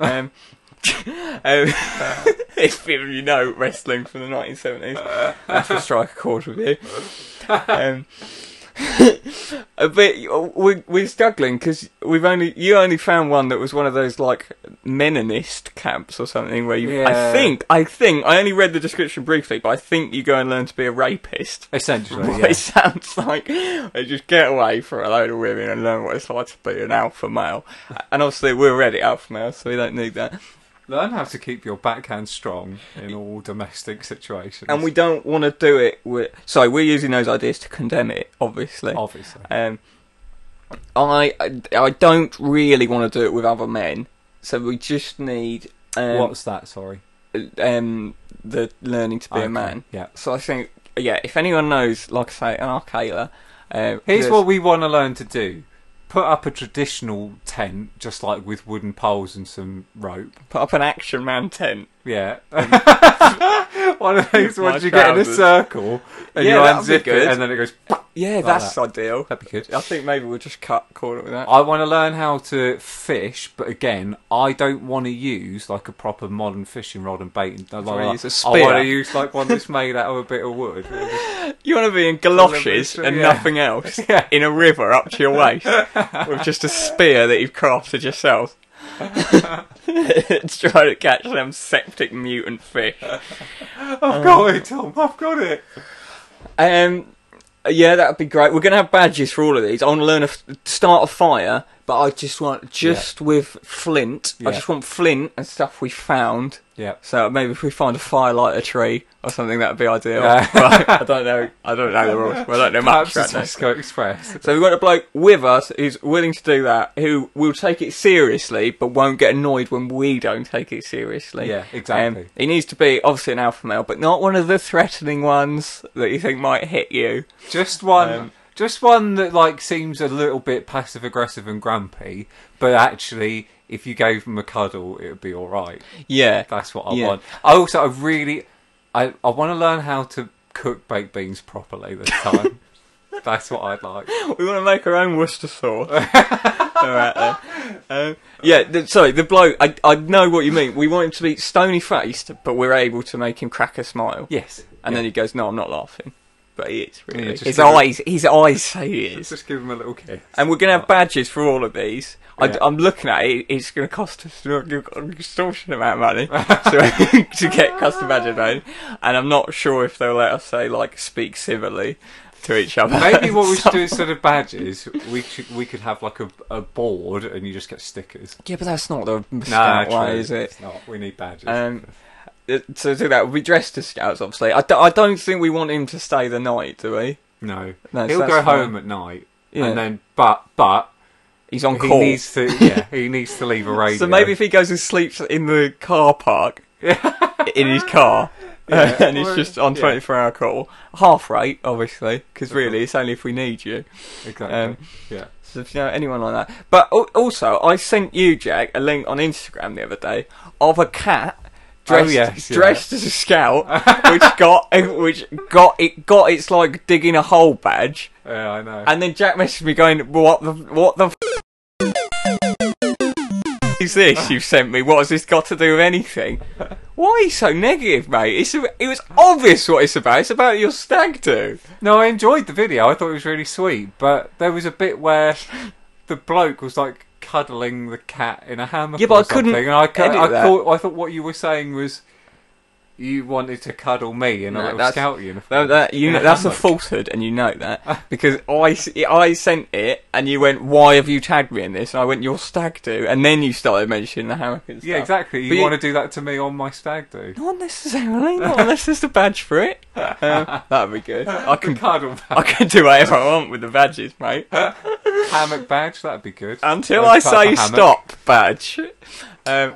Speaker 1: Um, um, if you know wrestling from the 1970s, that's will strike a chord with you. Um, but we're, we're struggling because we've only you only found one that was one of those like Menonist camps or something where you. I
Speaker 4: Yeah.
Speaker 1: think I think I only read the description briefly, but I think you go and learn to be a rapist.
Speaker 4: Essentially,
Speaker 1: What
Speaker 4: yeah.
Speaker 1: it sounds like. They just get away for a load of women and learn what it's like to be an alpha male. And obviously, we're already alpha males, so we don't need that.
Speaker 4: Learn how to keep your backhand strong in all domestic situations.
Speaker 1: And we don't want to do it with. Sorry, we're using those ideas to condemn it, obviously.
Speaker 4: obviously.
Speaker 1: Um, I, I- I don't really want to do it with other men, so we just need. Um,
Speaker 4: What's that? Sorry.
Speaker 1: um, the learning to be
Speaker 4: Okay,
Speaker 1: a man.
Speaker 4: yeah.
Speaker 1: So I think, yeah, if anyone knows, like I say, an arcala, uh,
Speaker 4: Here's
Speaker 1: there's-
Speaker 4: what we want to learn to do. Put up a traditional tent, just like with wooden poles and some rope.
Speaker 1: put up an action man tent.
Speaker 4: Yeah. One of those
Speaker 1: My
Speaker 4: ones you get in a
Speaker 1: trousers.
Speaker 4: circle and
Speaker 1: Yeah,
Speaker 4: you
Speaker 1: that'd be
Speaker 4: unzip it
Speaker 1: good.
Speaker 4: and then it goes.
Speaker 1: Yeah,
Speaker 4: Like
Speaker 1: that's
Speaker 4: that.
Speaker 1: ideal.
Speaker 4: That'd be good.
Speaker 1: I think maybe we'll just cut call it with that.
Speaker 4: I want to learn how to fish, but again, I don't want to use like a proper modern fishing rod and bait. And like,
Speaker 1: wanna
Speaker 4: that.
Speaker 1: use a
Speaker 4: I want
Speaker 1: spear.
Speaker 4: to use like one that's made out of a bit of wood.
Speaker 1: You want to be in galoshes
Speaker 4: Well,
Speaker 1: and
Speaker 4: yeah.
Speaker 1: nothing else
Speaker 4: Yeah.
Speaker 1: in a river up to your waist with just a spear that you've crafted yourself. it's trying to catch them septic mutant fish.
Speaker 4: I've got it, Tom. I've got it.
Speaker 1: Um, yeah, that'd be great. We're gonna have badges for all of these. I want to learn a f- start a fire, but I just want just with flint.
Speaker 4: Yeah.
Speaker 1: I just want flint and stuff we found.
Speaker 4: Yeah.
Speaker 1: So maybe if we find a fire, light a tree or something, that'd be ideal.
Speaker 4: Yeah.
Speaker 1: But I don't know. I don't know the rules. I don't know much
Speaker 4: Perhaps a
Speaker 1: right now.
Speaker 4: Tesco Express.
Speaker 1: So we've got a bloke with us who's willing to do that, who will take it seriously, but won't get annoyed when we don't take it seriously.
Speaker 4: Yeah, exactly.
Speaker 1: Um, he needs to be obviously an alpha male, but not one of the threatening ones that you think might hit you.
Speaker 4: Just one.
Speaker 1: Um,
Speaker 4: just one that like seems a little bit passive aggressive and grumpy, but actually, if you gave him a cuddle, it would be all right.
Speaker 1: Yeah,
Speaker 4: That's what I
Speaker 1: Yeah.
Speaker 4: want. I also, I really, I, I want to learn how to cook baked beans properly this time. That's what I'd like.
Speaker 1: we want to make our own Worcester sauce. All right then. Um, yeah, the, sorry, the bloke. I I know what you mean. We want him to be stony faced, but we're able to make him crack a smile.
Speaker 4: Yes.
Speaker 1: And then he goes, "No, I'm not laughing," but he is really.
Speaker 4: Yeah, just
Speaker 1: his
Speaker 4: give him-
Speaker 1: eyes, his eyes say he is.
Speaker 4: Let's just give him a little kiss.
Speaker 1: And we're going to have badges for all of these.
Speaker 4: Yeah.
Speaker 1: I, am looking at it, it's going to cost us an extortionate amount of money to, to get custom badges made. And I'm not sure if they'll let us say, like, speak civilly to each other.
Speaker 4: Maybe what we should do
Speaker 1: So-
Speaker 4: instead of badges, we should, we could have like a, a board and you just get stickers.
Speaker 1: Yeah, but that's not the
Speaker 4: Nah,
Speaker 1: scout way,
Speaker 4: true.
Speaker 1: is it?
Speaker 4: It's not. We need badges.
Speaker 1: Um, uh, So do that. We'll be dressed as scouts, obviously. I, do, I don't think we want him to stay the night, do we?
Speaker 4: no.
Speaker 1: No, so
Speaker 4: He'll
Speaker 1: that's
Speaker 4: go
Speaker 1: fine.
Speaker 4: home at night.
Speaker 1: Yeah.
Speaker 4: And then, but, but,
Speaker 1: He's on
Speaker 4: he
Speaker 1: call.
Speaker 4: needs to, yeah, he needs to leave a radio.
Speaker 1: So maybe if he goes and sleeps in the car park, in his car, and he's just on
Speaker 4: Yeah.
Speaker 1: 24 hour call, half rate, obviously, because really it's only if we need you.
Speaker 4: Exactly.
Speaker 1: um,
Speaker 4: yeah.
Speaker 1: So if you know anyone like that. But al- also, I sent you, Jack, a link on Instagram the other day of a cat. Dressed,
Speaker 4: Oh, yes, yeah.
Speaker 1: dressed as a scout, which got which got it got its like digging a hole badge,
Speaker 4: Yeah, I know.
Speaker 1: and then Jack messaged me going, "What the what the f- is this you've sent me? What has this got to do with anything? Why are you so negative, mate? It's a, it was obvious what it's about. It's about your stag do.
Speaker 4: No, I enjoyed the video. I thought it was really sweet, but there was a bit where the bloke was like cuddling the cat in a hammock.
Speaker 1: Yeah, but
Speaker 4: or
Speaker 1: I couldn't
Speaker 4: something, And I, cou-
Speaker 1: edit
Speaker 4: I
Speaker 1: that.
Speaker 4: thought I thought what you were saying was you wanted to cuddle me in a
Speaker 1: No,
Speaker 4: little
Speaker 1: that's-
Speaker 4: scout uniform.
Speaker 1: That, that- you
Speaker 4: In
Speaker 1: know, that's a
Speaker 4: hammock.
Speaker 1: falsehood, and you know
Speaker 4: Ah.
Speaker 1: that because I, s- I sent it, and you went, "Why have you tagged me in this?" And I went, "Your stag do," and then you started mentioning the hammock and stuff.
Speaker 4: Yeah, exactly. You,
Speaker 1: But you-
Speaker 4: want to do that to me on my stag do?
Speaker 1: Not necessarily, not unless there's a badge for it. Um, that'd be good. I can
Speaker 4: Cuddle
Speaker 1: I can do whatever I want with the badges, mate.
Speaker 4: hammock badge. That'd be good.
Speaker 1: Until
Speaker 4: Let's
Speaker 1: I
Speaker 4: cut the
Speaker 1: say
Speaker 4: hammock.
Speaker 1: stop, badge. Um,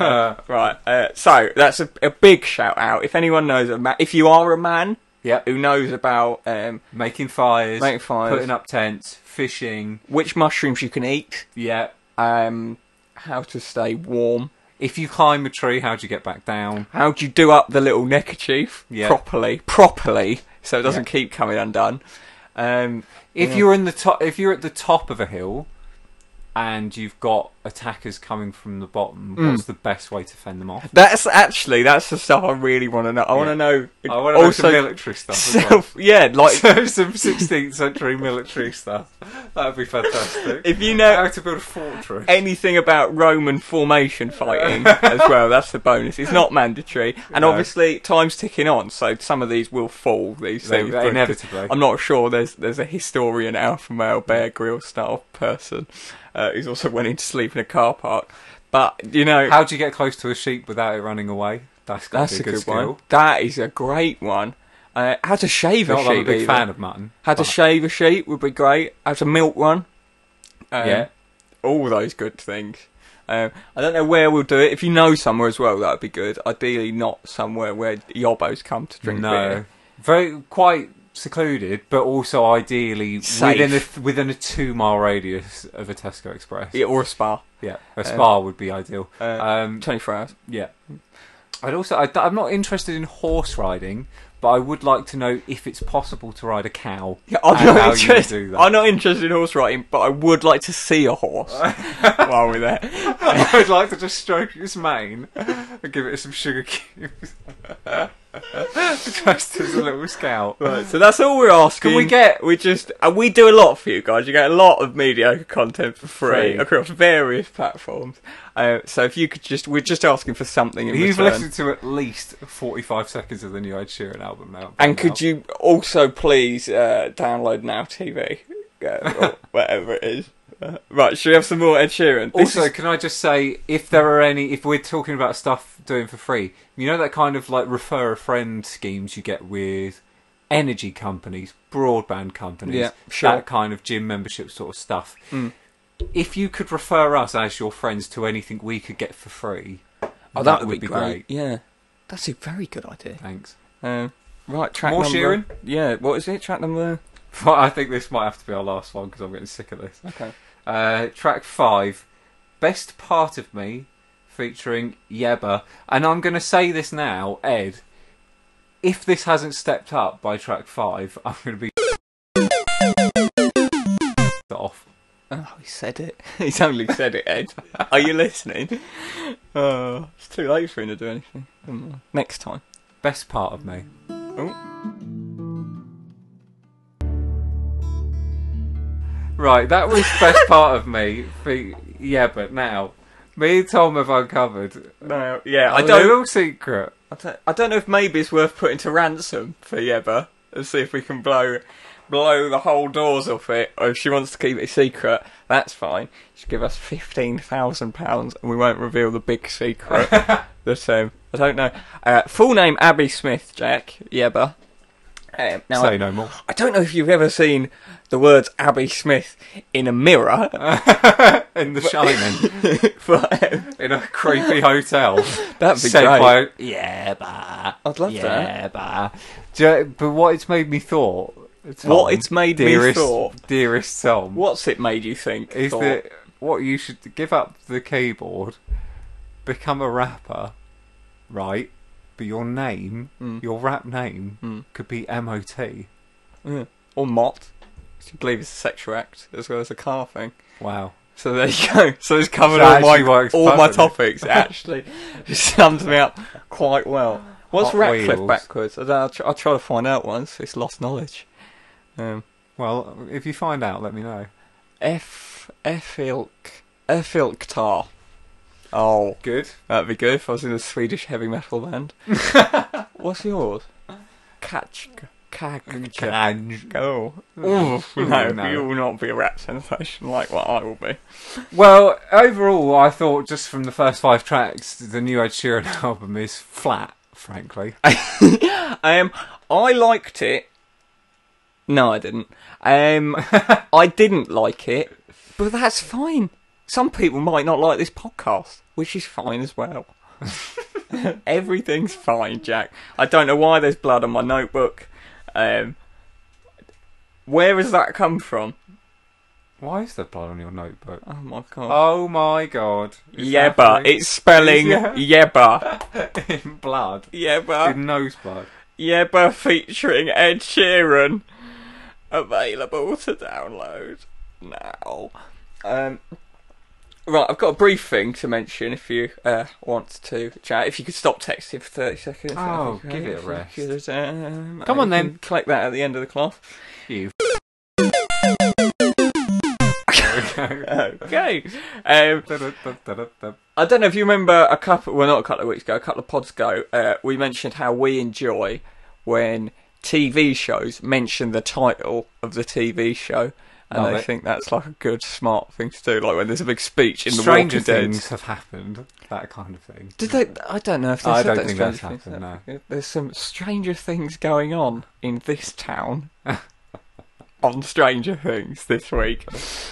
Speaker 1: right. Uh, so that's a, a big shout out. If anyone knows a ma- if you are a man
Speaker 4: Yep.
Speaker 1: who knows about um,
Speaker 4: Making fires.
Speaker 1: Making fires.
Speaker 4: Putting up tents. Fishing.
Speaker 1: which mushrooms you can eat,
Speaker 4: Yeah.
Speaker 1: um, how to stay warm,
Speaker 4: If you climb a tree, how do you get back down?
Speaker 1: how do you do up the little neckerchief
Speaker 4: Yeah.
Speaker 1: properly, properly, so it doesn't keep coming undone. Um,
Speaker 4: If
Speaker 1: Yeah.
Speaker 4: you're in the top, if you're at the top of a hill, and you've got attackers coming from the bottom,
Speaker 1: Hmm.
Speaker 4: what's the best way to fend them off?
Speaker 1: that's actually that's the stuff I really want to know. I want
Speaker 4: Yeah.
Speaker 1: to know.
Speaker 4: I want to know some military stuff. As well.
Speaker 1: self, yeah, like
Speaker 4: So some 16th century military stuff. That'd be fantastic.
Speaker 1: If you know-
Speaker 4: how to build a fortress,
Speaker 1: anything about Roman formation fighting as well. That's the bonus. It's not mandatory, and
Speaker 4: No.
Speaker 1: obviously time's ticking on, so some of these will fall. These
Speaker 4: They-
Speaker 1: things
Speaker 4: they
Speaker 1: but-
Speaker 4: inevitably.
Speaker 1: I'm not sure. There's there's a historian alpha male Bear grill style person uh, who's also went into sleep in a car park. But you know,
Speaker 4: how do you get close to a sheep without it running away? That's got
Speaker 1: that's
Speaker 4: to
Speaker 1: a
Speaker 4: be a
Speaker 1: good
Speaker 4: good,
Speaker 1: one.
Speaker 4: skill.
Speaker 1: That is a great one. Uh, how to shave a
Speaker 4: Not that I'm a
Speaker 1: sheep?
Speaker 4: big
Speaker 1: either.
Speaker 4: fan of mutton.
Speaker 1: How to
Speaker 4: but-
Speaker 1: shave a sheep would be great. How to milk one. Um,
Speaker 4: yeah.
Speaker 1: all those good things. Um, I don't know where we'll do it. If you know somewhere as well, that'd be good. Ideally, not somewhere where yobbos come to drink
Speaker 4: no,
Speaker 1: beer.
Speaker 4: very quite secluded, but also ideally
Speaker 1: Safe.
Speaker 4: within a within a two mile radius of a Tesco Express.
Speaker 1: Yeah, or a spa.
Speaker 4: Yeah, a spa would be ideal.
Speaker 1: Uh,
Speaker 4: Um,
Speaker 1: 24 hours.
Speaker 4: yeah, I'd also I, am not interested in horse riding, but I would like to know if it's possible to ride a cow.
Speaker 1: Yeah, I'm
Speaker 4: and
Speaker 1: not,
Speaker 4: how you
Speaker 1: interested,
Speaker 4: do that.
Speaker 1: I'm not interested in horse riding, but I would like to see a horse while we're there.
Speaker 4: I'd like to just stroke its mane and give it some sugar cubes. Dressed as a little scout.
Speaker 1: Right, so that's all we're asking.
Speaker 4: Can we get-
Speaker 1: We just and we do a lot for you guys. You get a lot of mediocre content for free,
Speaker 4: Free.
Speaker 1: across various platforms. Uh, so if you could just, we're just asking for something in
Speaker 4: You've
Speaker 1: return.
Speaker 4: listened to at least 45 seconds of the new Ed Sheeran album now.
Speaker 1: And could you also please uh, download Now TV uh, or whatever it is? Uh, right, should we have some more Ed Sheeran? This
Speaker 4: Also,
Speaker 1: is-
Speaker 4: can I just say, if there are any, if we're talking about stuff doing for free, you know that kind of like refer a friend schemes you get with energy companies, broadband companies,
Speaker 1: Yeah, sure. Mm.
Speaker 4: that kind of gym membership sort of stuff. If you could refer us as your friends to anything we could get for free,
Speaker 1: oh,
Speaker 4: that would be great.
Speaker 1: Yeah, that's a very good idea.
Speaker 4: thanks.
Speaker 1: Um, right, track
Speaker 4: More
Speaker 1: number.
Speaker 4: Sheeran?
Speaker 1: Yeah, what is it? Track number.
Speaker 4: But I think this might have to be our last one because I'm getting sick of this.
Speaker 1: Okay.
Speaker 4: Uh, track five, Best Part of Me, featuring Yeba. And I'm going to say this now, Ed. If this hasn't stepped up by track five, I'm going to be. off.
Speaker 1: Oh, he said it. He's only said it, Ed. Are you listening? Oh, it's too late for him to do anything. Never mind. Next time.
Speaker 4: Best Part of Me. Right, that was Best Part of Me, fe- Yeba. Now, me and Tom have uncovered
Speaker 1: Oh, No, yeah,
Speaker 4: a
Speaker 1: I don't,
Speaker 4: little secret.
Speaker 1: I don't. I don't know if maybe it's worth putting to ransom for Yeba and see if we can blow, blow the whole doors off it. Or if she wants to keep it a secret, that's fine. Just give us fifteen thousand pounds and we won't reveal the big secret. that um, I don't know. Uh, full name Abby Smith, Jack Yeba. Um, now I-
Speaker 4: Say no more.
Speaker 1: I don't know if you've ever seen the words Abby Smith in a mirror,
Speaker 4: In The Shining,
Speaker 1: but um,
Speaker 4: in a creepy hotel.
Speaker 1: that'd be
Speaker 4: said
Speaker 1: great.
Speaker 4: by yeah, bah.
Speaker 1: I'd love
Speaker 4: yeah,
Speaker 1: that.
Speaker 4: bah. Do you- but what it's made me thought. Tom,
Speaker 1: What it's made me
Speaker 4: dearest,
Speaker 1: thought?
Speaker 4: dearest Tom,
Speaker 1: What's it made you think?
Speaker 4: is
Speaker 1: thought?
Speaker 4: that? What you should give up the keyboard, become a rapper, right? But your name, your rap name, could be MOT.
Speaker 1: Yeah. Or Mott, which I believe is a sexual act as well as a car thing.
Speaker 4: Wow.
Speaker 1: So there you go. So it's covered
Speaker 4: So
Speaker 1: all my
Speaker 4: actually works
Speaker 1: all my
Speaker 4: perfectly.
Speaker 1: topics. Actually, it sums me up quite well. What's
Speaker 4: Hot
Speaker 1: Ratcliffe
Speaker 4: wheels.
Speaker 1: backwards? I don't know, I'll, tr- I'll try to find out once. It's lost knowledge. Um,
Speaker 4: Well, if you find out, let me know.
Speaker 1: F F ilk F ilk tar. Oh,
Speaker 4: Good.
Speaker 1: that'd be good if I was in a Swedish heavy metal band. What's yours? Catch Kag. Oh, Oof, no,
Speaker 4: no.
Speaker 1: you will not be a rap sensation like what I will be.
Speaker 4: Well, overall, I thought just from the first five tracks, the new Ed Sheeran album is flat, frankly.
Speaker 1: Um, I liked it. No, I didn't. Um, I didn't like it, but that's fine. Some people might not like this podcast, which is fine as well. Everything's fine, Jack. I don't know why there's blood on my notebook. Um, where has that come from?
Speaker 4: Why is there blood on your notebook?
Speaker 1: Oh my god.
Speaker 4: Oh my god. It's
Speaker 1: Yeba.
Speaker 4: happening.
Speaker 1: It's spelling
Speaker 4: Yeah.
Speaker 1: Yeba.
Speaker 4: in blood.
Speaker 1: Yeba.
Speaker 4: In nose blood.
Speaker 1: Yeba featuring Ed Sheeran. Available to download now. Um, right, I've got a brief thing to mention if you uh, want to chat. If you could stop texting for 30 seconds. that'd
Speaker 4: Oh,
Speaker 1: be
Speaker 4: give
Speaker 1: great.
Speaker 4: it a
Speaker 1: If
Speaker 4: rest.
Speaker 1: you could, um,
Speaker 4: Come on
Speaker 1: you can
Speaker 4: then.
Speaker 1: Click that at the end of the cloth.
Speaker 4: You. There
Speaker 1: Okay. Um,
Speaker 4: we go.
Speaker 1: I don't know if you remember a couple, well, not a couple of weeks ago, a couple of pods ago, uh, we mentioned how we enjoy when TV shows mention the title of the TV show. And
Speaker 4: Love
Speaker 1: I
Speaker 4: it.
Speaker 1: think that's like a good, smart thing to do. Like when there's a big speech in
Speaker 4: Stranger
Speaker 1: The Walking
Speaker 4: things
Speaker 1: Dead.
Speaker 4: have happened. That kind of thing.
Speaker 1: Did they? I don't know if they
Speaker 4: I
Speaker 1: said
Speaker 4: don't
Speaker 1: that in
Speaker 4: think
Speaker 1: Stranger
Speaker 4: that's
Speaker 1: Things.
Speaker 4: happened,
Speaker 1: There's some stranger things going on in this town on Stranger Things this week.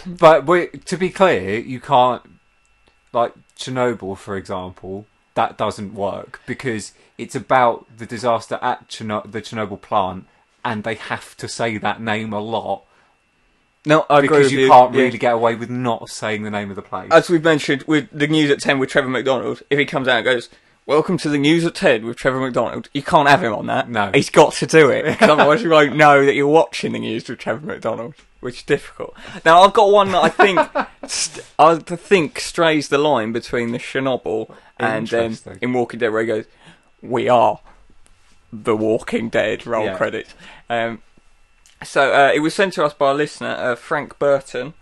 Speaker 4: But we, to be clear, you can't like Chernobyl, for example, that doesn't work because it's about the disaster at Cherno- the Chernobyl plant, and they have to say that name a lot
Speaker 1: No, I agree with
Speaker 4: because you can't
Speaker 1: yeah.
Speaker 4: really get away with not saying the name of the place.
Speaker 1: As we've mentioned with the news at ten with Trevor McDonald, if he comes out and goes, "Welcome to the news at ten with Trevor McDonald," you can't have him on that.
Speaker 4: No.
Speaker 1: he's got to do it. 'cause otherwise, you won't know that you're watching the news with Trevor McDonald, which is difficult. Now, I've got one that I think st- I think strays the line between the Chernobyl and um,
Speaker 4: Interesting.
Speaker 1: in Walking Dead, where he goes, "We are." The Walking Dead roll
Speaker 4: Yeah.
Speaker 1: credits. Um, so uh, it was sent to us by a listener, uh, Frank Burton,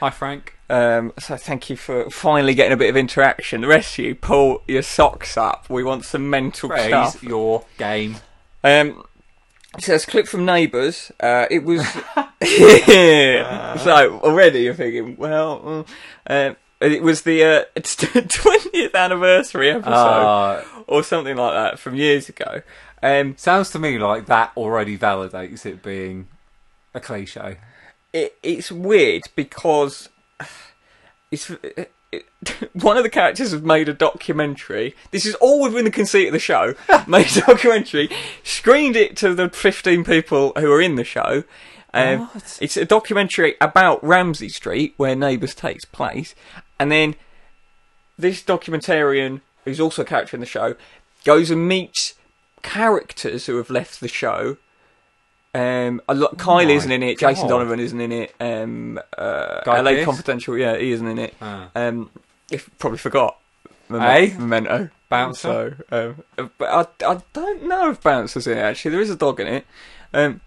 Speaker 4: Hi, Frank.
Speaker 1: um, so thank you for finally getting a bit of interaction. The rest of you, pull your socks up. We want some mental
Speaker 4: Praise
Speaker 1: stuff.
Speaker 4: your game.
Speaker 1: Um, so it's a clip from Neighbours. Uh, it was so already you're thinking, well, mm, um, it was the twentieth anniversary episode
Speaker 4: Uh,
Speaker 1: or something like that from years ago. Um,
Speaker 4: sounds to me like that already validates it being a cliche.
Speaker 1: it, it's weird because it's it, one of the characters has made a documentary. This is all within the conceit of the show. made a documentary, screened it to the fifteen people who are in the show. Um, it's a documentary about Ramsey Street, where Neighbours takes place, and then this documentarian, who's also a character in the show, goes and meets characters who have left the show. Um, a lot. Kyle
Speaker 4: my
Speaker 1: isn't in it. Jason
Speaker 4: God.
Speaker 1: Donovan isn't in it. Um, uh,
Speaker 4: Guy
Speaker 1: LA
Speaker 4: Pearce?
Speaker 1: Confidential, yeah, he isn't in it.
Speaker 4: Ah.
Speaker 1: Um, if probably forgot.
Speaker 4: Eh?
Speaker 1: Memento.
Speaker 4: Bouncer?
Speaker 1: So, um, but I, I don't know if Bouncer's in it, actually. There is a dog in it. Um,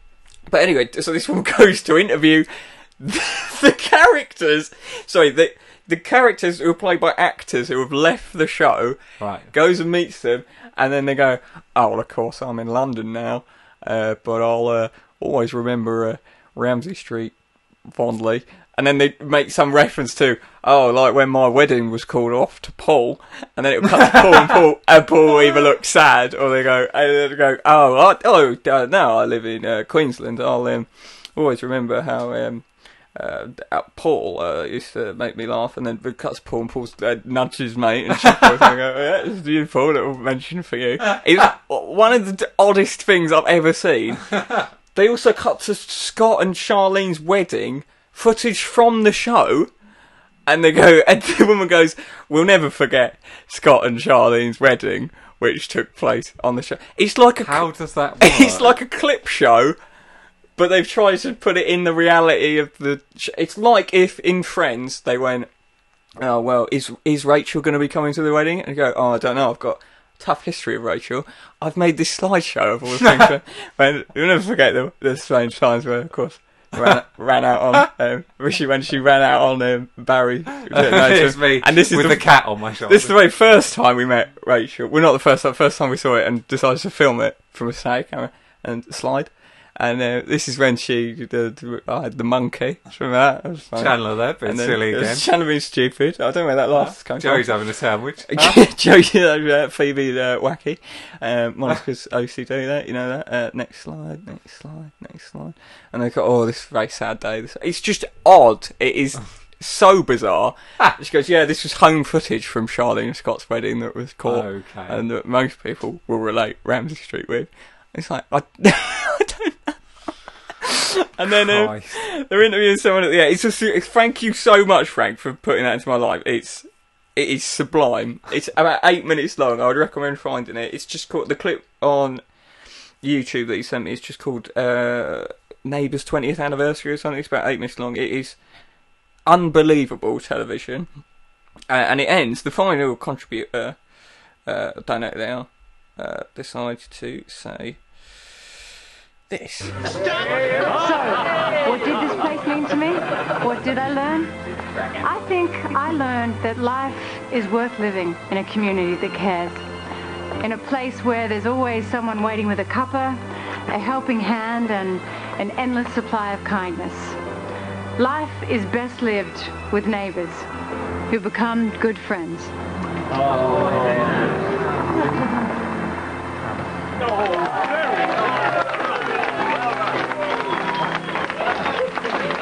Speaker 1: but anyway, so this one goes to interview the, the characters. Sorry, the, the characters who are played by actors who have left the show
Speaker 4: Right.
Speaker 1: goes and meets them, and then they go, "Oh, well, of course, I'm in London now, uh, but I'll uh, always remember uh, Ramsey Street fondly." And then they make some reference to, "Oh, like when my wedding was called off to Paul," and then it cut to Paul, and Paul, and Paul either looks sad or they go, and they go, "Oh, I, oh, uh, now I live in uh, Queensland. I'll um, always remember how." Um, uh, at Paul uh, used to make me laugh, and then it cuts Paul and Paul's uh, nudges mate and shit. and I go, yeah, this is you, Paul. Little mention for you. It was one of the d- oddest things I've ever seen. They also cut to Scott and Charlene's wedding footage from the show. And they go, and the woman goes, "We'll never forget Scott and Charlene's wedding, which took place on the show." It's like a
Speaker 4: How does that work?
Speaker 1: it's like a clip show, but they've tried to put it in the reality of the. sh- It's like if in Friends they went, "Oh well, is is Rachel going to be coming to the wedding?" And you go, "Oh, I don't know. I've got a tough history of Rachel. I've made this slideshow of all the things." when you'll never forget the, the strange times where, of course. ran, ran out on um, when she when she ran out on um, Barry.
Speaker 4: it's me
Speaker 1: and this is
Speaker 4: with
Speaker 1: the
Speaker 4: the, cat on my shoulder.
Speaker 1: this is the very first time we met Rachel. Well, not the first time. First time we saw it and decided to film it from a snag camera and slide. And uh, this is when she the, the, I had the monkey. Do you remember that? That was funny.
Speaker 4: Chandler there, being
Speaker 1: And then
Speaker 4: silly
Speaker 1: it was
Speaker 4: again.
Speaker 1: Chandler being stupid. I don't know where that last comes
Speaker 4: Joey's
Speaker 1: from.
Speaker 4: having a sandwich.
Speaker 1: Joey's uh, Phoebe uh, wacky. Um, Monica's OCD there. You know that. Uh, next slide. Next slide. Next slide. And they go, oh, this is a very sad day. This, it's just odd. It is so bizarre. She goes, yeah, this was home footage from Charlene and Scott's wedding that was caught,
Speaker 4: Okay.
Speaker 1: and that most people will relate Ramsey Street with. It's like I, I don't know. And then um,
Speaker 4: Christ.
Speaker 1: they're interviewing someone at the end. It's just it's, thank you so much, Frank, for putting that into my life. It's it is sublime. It's about eight minutes long. I would recommend finding it. It's just called the clip on YouTube that you sent me. It's just called uh, Neighbours 20th Anniversary or something. It's about eight minutes long. It is unbelievable television. Uh, and it ends. The final contributor, uh, I don't know who they are, uh, decides to say this.
Speaker 7: What did this place mean to me? What did I learn? I think I learned that life is worth living in a community that cares. In a place where there's always someone waiting with a cuppa, a helping hand, and an endless supply of kindness. Life is best lived with neighbors who become good friends.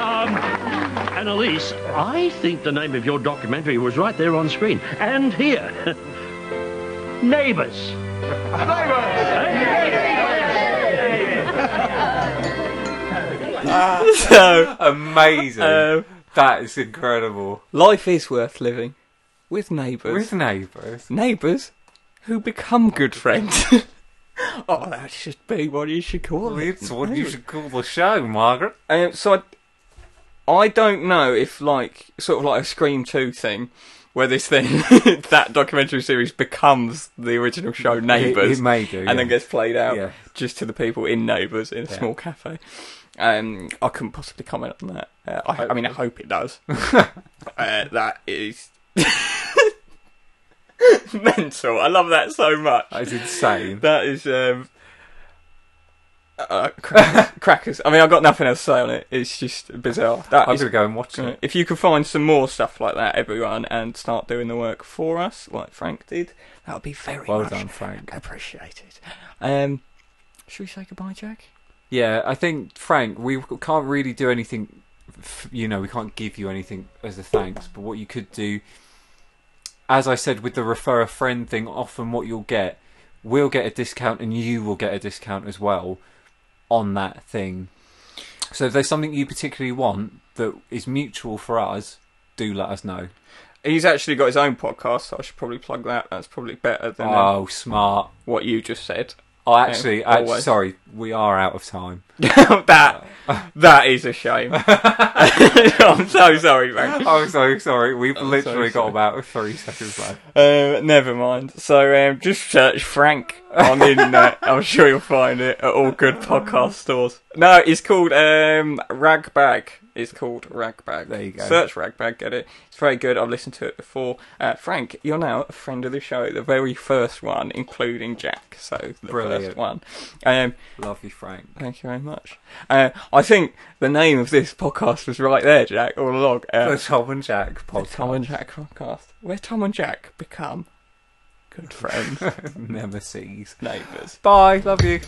Speaker 8: Um, Annalise, I think the name of your documentary was right there on screen. And here. Neighbours.
Speaker 1: so,
Speaker 4: Amazing.
Speaker 1: um,
Speaker 4: that is incredible.
Speaker 1: life is worth living with neighbours.
Speaker 4: With neighbours.
Speaker 1: neighbours who become good friends. oh, that should be what you should call it.
Speaker 4: It's what you should call the show, Margaret.
Speaker 1: Um, so I, I don't know if like sort of like a Scream Two thing, where this thing that documentary series becomes the original show Neighbours,
Speaker 4: it may do,
Speaker 1: and
Speaker 4: yeah.
Speaker 1: then gets played out
Speaker 4: Yeah.
Speaker 1: just to the people in Neighbours in a small cafe. Um, I couldn't possibly comment on that. Uh, I, I mean, I hope it does. uh, that is. Mental. I love that so much.
Speaker 4: That is insane.
Speaker 1: That is um, uh, crackers, crackers. I mean, I've got nothing else to say on it. It's just bizarre. That
Speaker 4: I'm
Speaker 1: is,
Speaker 4: going to go and watch
Speaker 1: uh,
Speaker 4: it.
Speaker 1: if you can find some more stuff like that, everyone, and start doing the work for us, like Frank did, that would be very
Speaker 4: Well
Speaker 1: much
Speaker 4: done, Frank.
Speaker 1: appreciated. Um, should we say goodbye, Jack?
Speaker 4: Yeah, I think Frank, we can't really do anything. f- You know, we can't give you anything as a thanks. But what you could do, as I said with the refer a friend thing, often what you'll get, we'll get a discount, and you will get a discount as well on that thing. So if there's something you particularly want that is mutual for us, do let us know.
Speaker 1: He's actually got his own podcast, so I should probably plug that. That's probably better than uh,
Speaker 4: Oh, smart!
Speaker 1: what you just said.
Speaker 4: Oh, actually,
Speaker 1: Yeah,
Speaker 4: actually,
Speaker 1: always.
Speaker 4: sorry, we are out of time.
Speaker 1: that that is a shame. I'm so sorry, Frank.
Speaker 4: I'm Oh, so sorry. We've literally
Speaker 1: Oh, sorry.
Speaker 4: got about three seconds left.
Speaker 1: Uh, never mind. So um, just search Frank on the internet. I'm sure you'll find it at all good podcast stores. No, it's called um, Ragbag. It's called Ragbag.
Speaker 4: There you go.
Speaker 1: Search Ragbag, get it. It's very good. I've listened to it before. Uh, Frank, you're now a friend of the show, the very first one, including Jack. So the
Speaker 4: Brilliant.
Speaker 1: first one. Um,
Speaker 4: Love you, Frank.
Speaker 1: Thank you very much. Uh, I think the name of this podcast was right there, Jack, all along. Uh,
Speaker 4: The Tom and Jack
Speaker 1: the
Speaker 4: podcast.
Speaker 1: Tom and Jack podcast, where Tom and Jack become good friends,
Speaker 4: Nemesis.
Speaker 1: neighbours.
Speaker 4: Bye. Love you.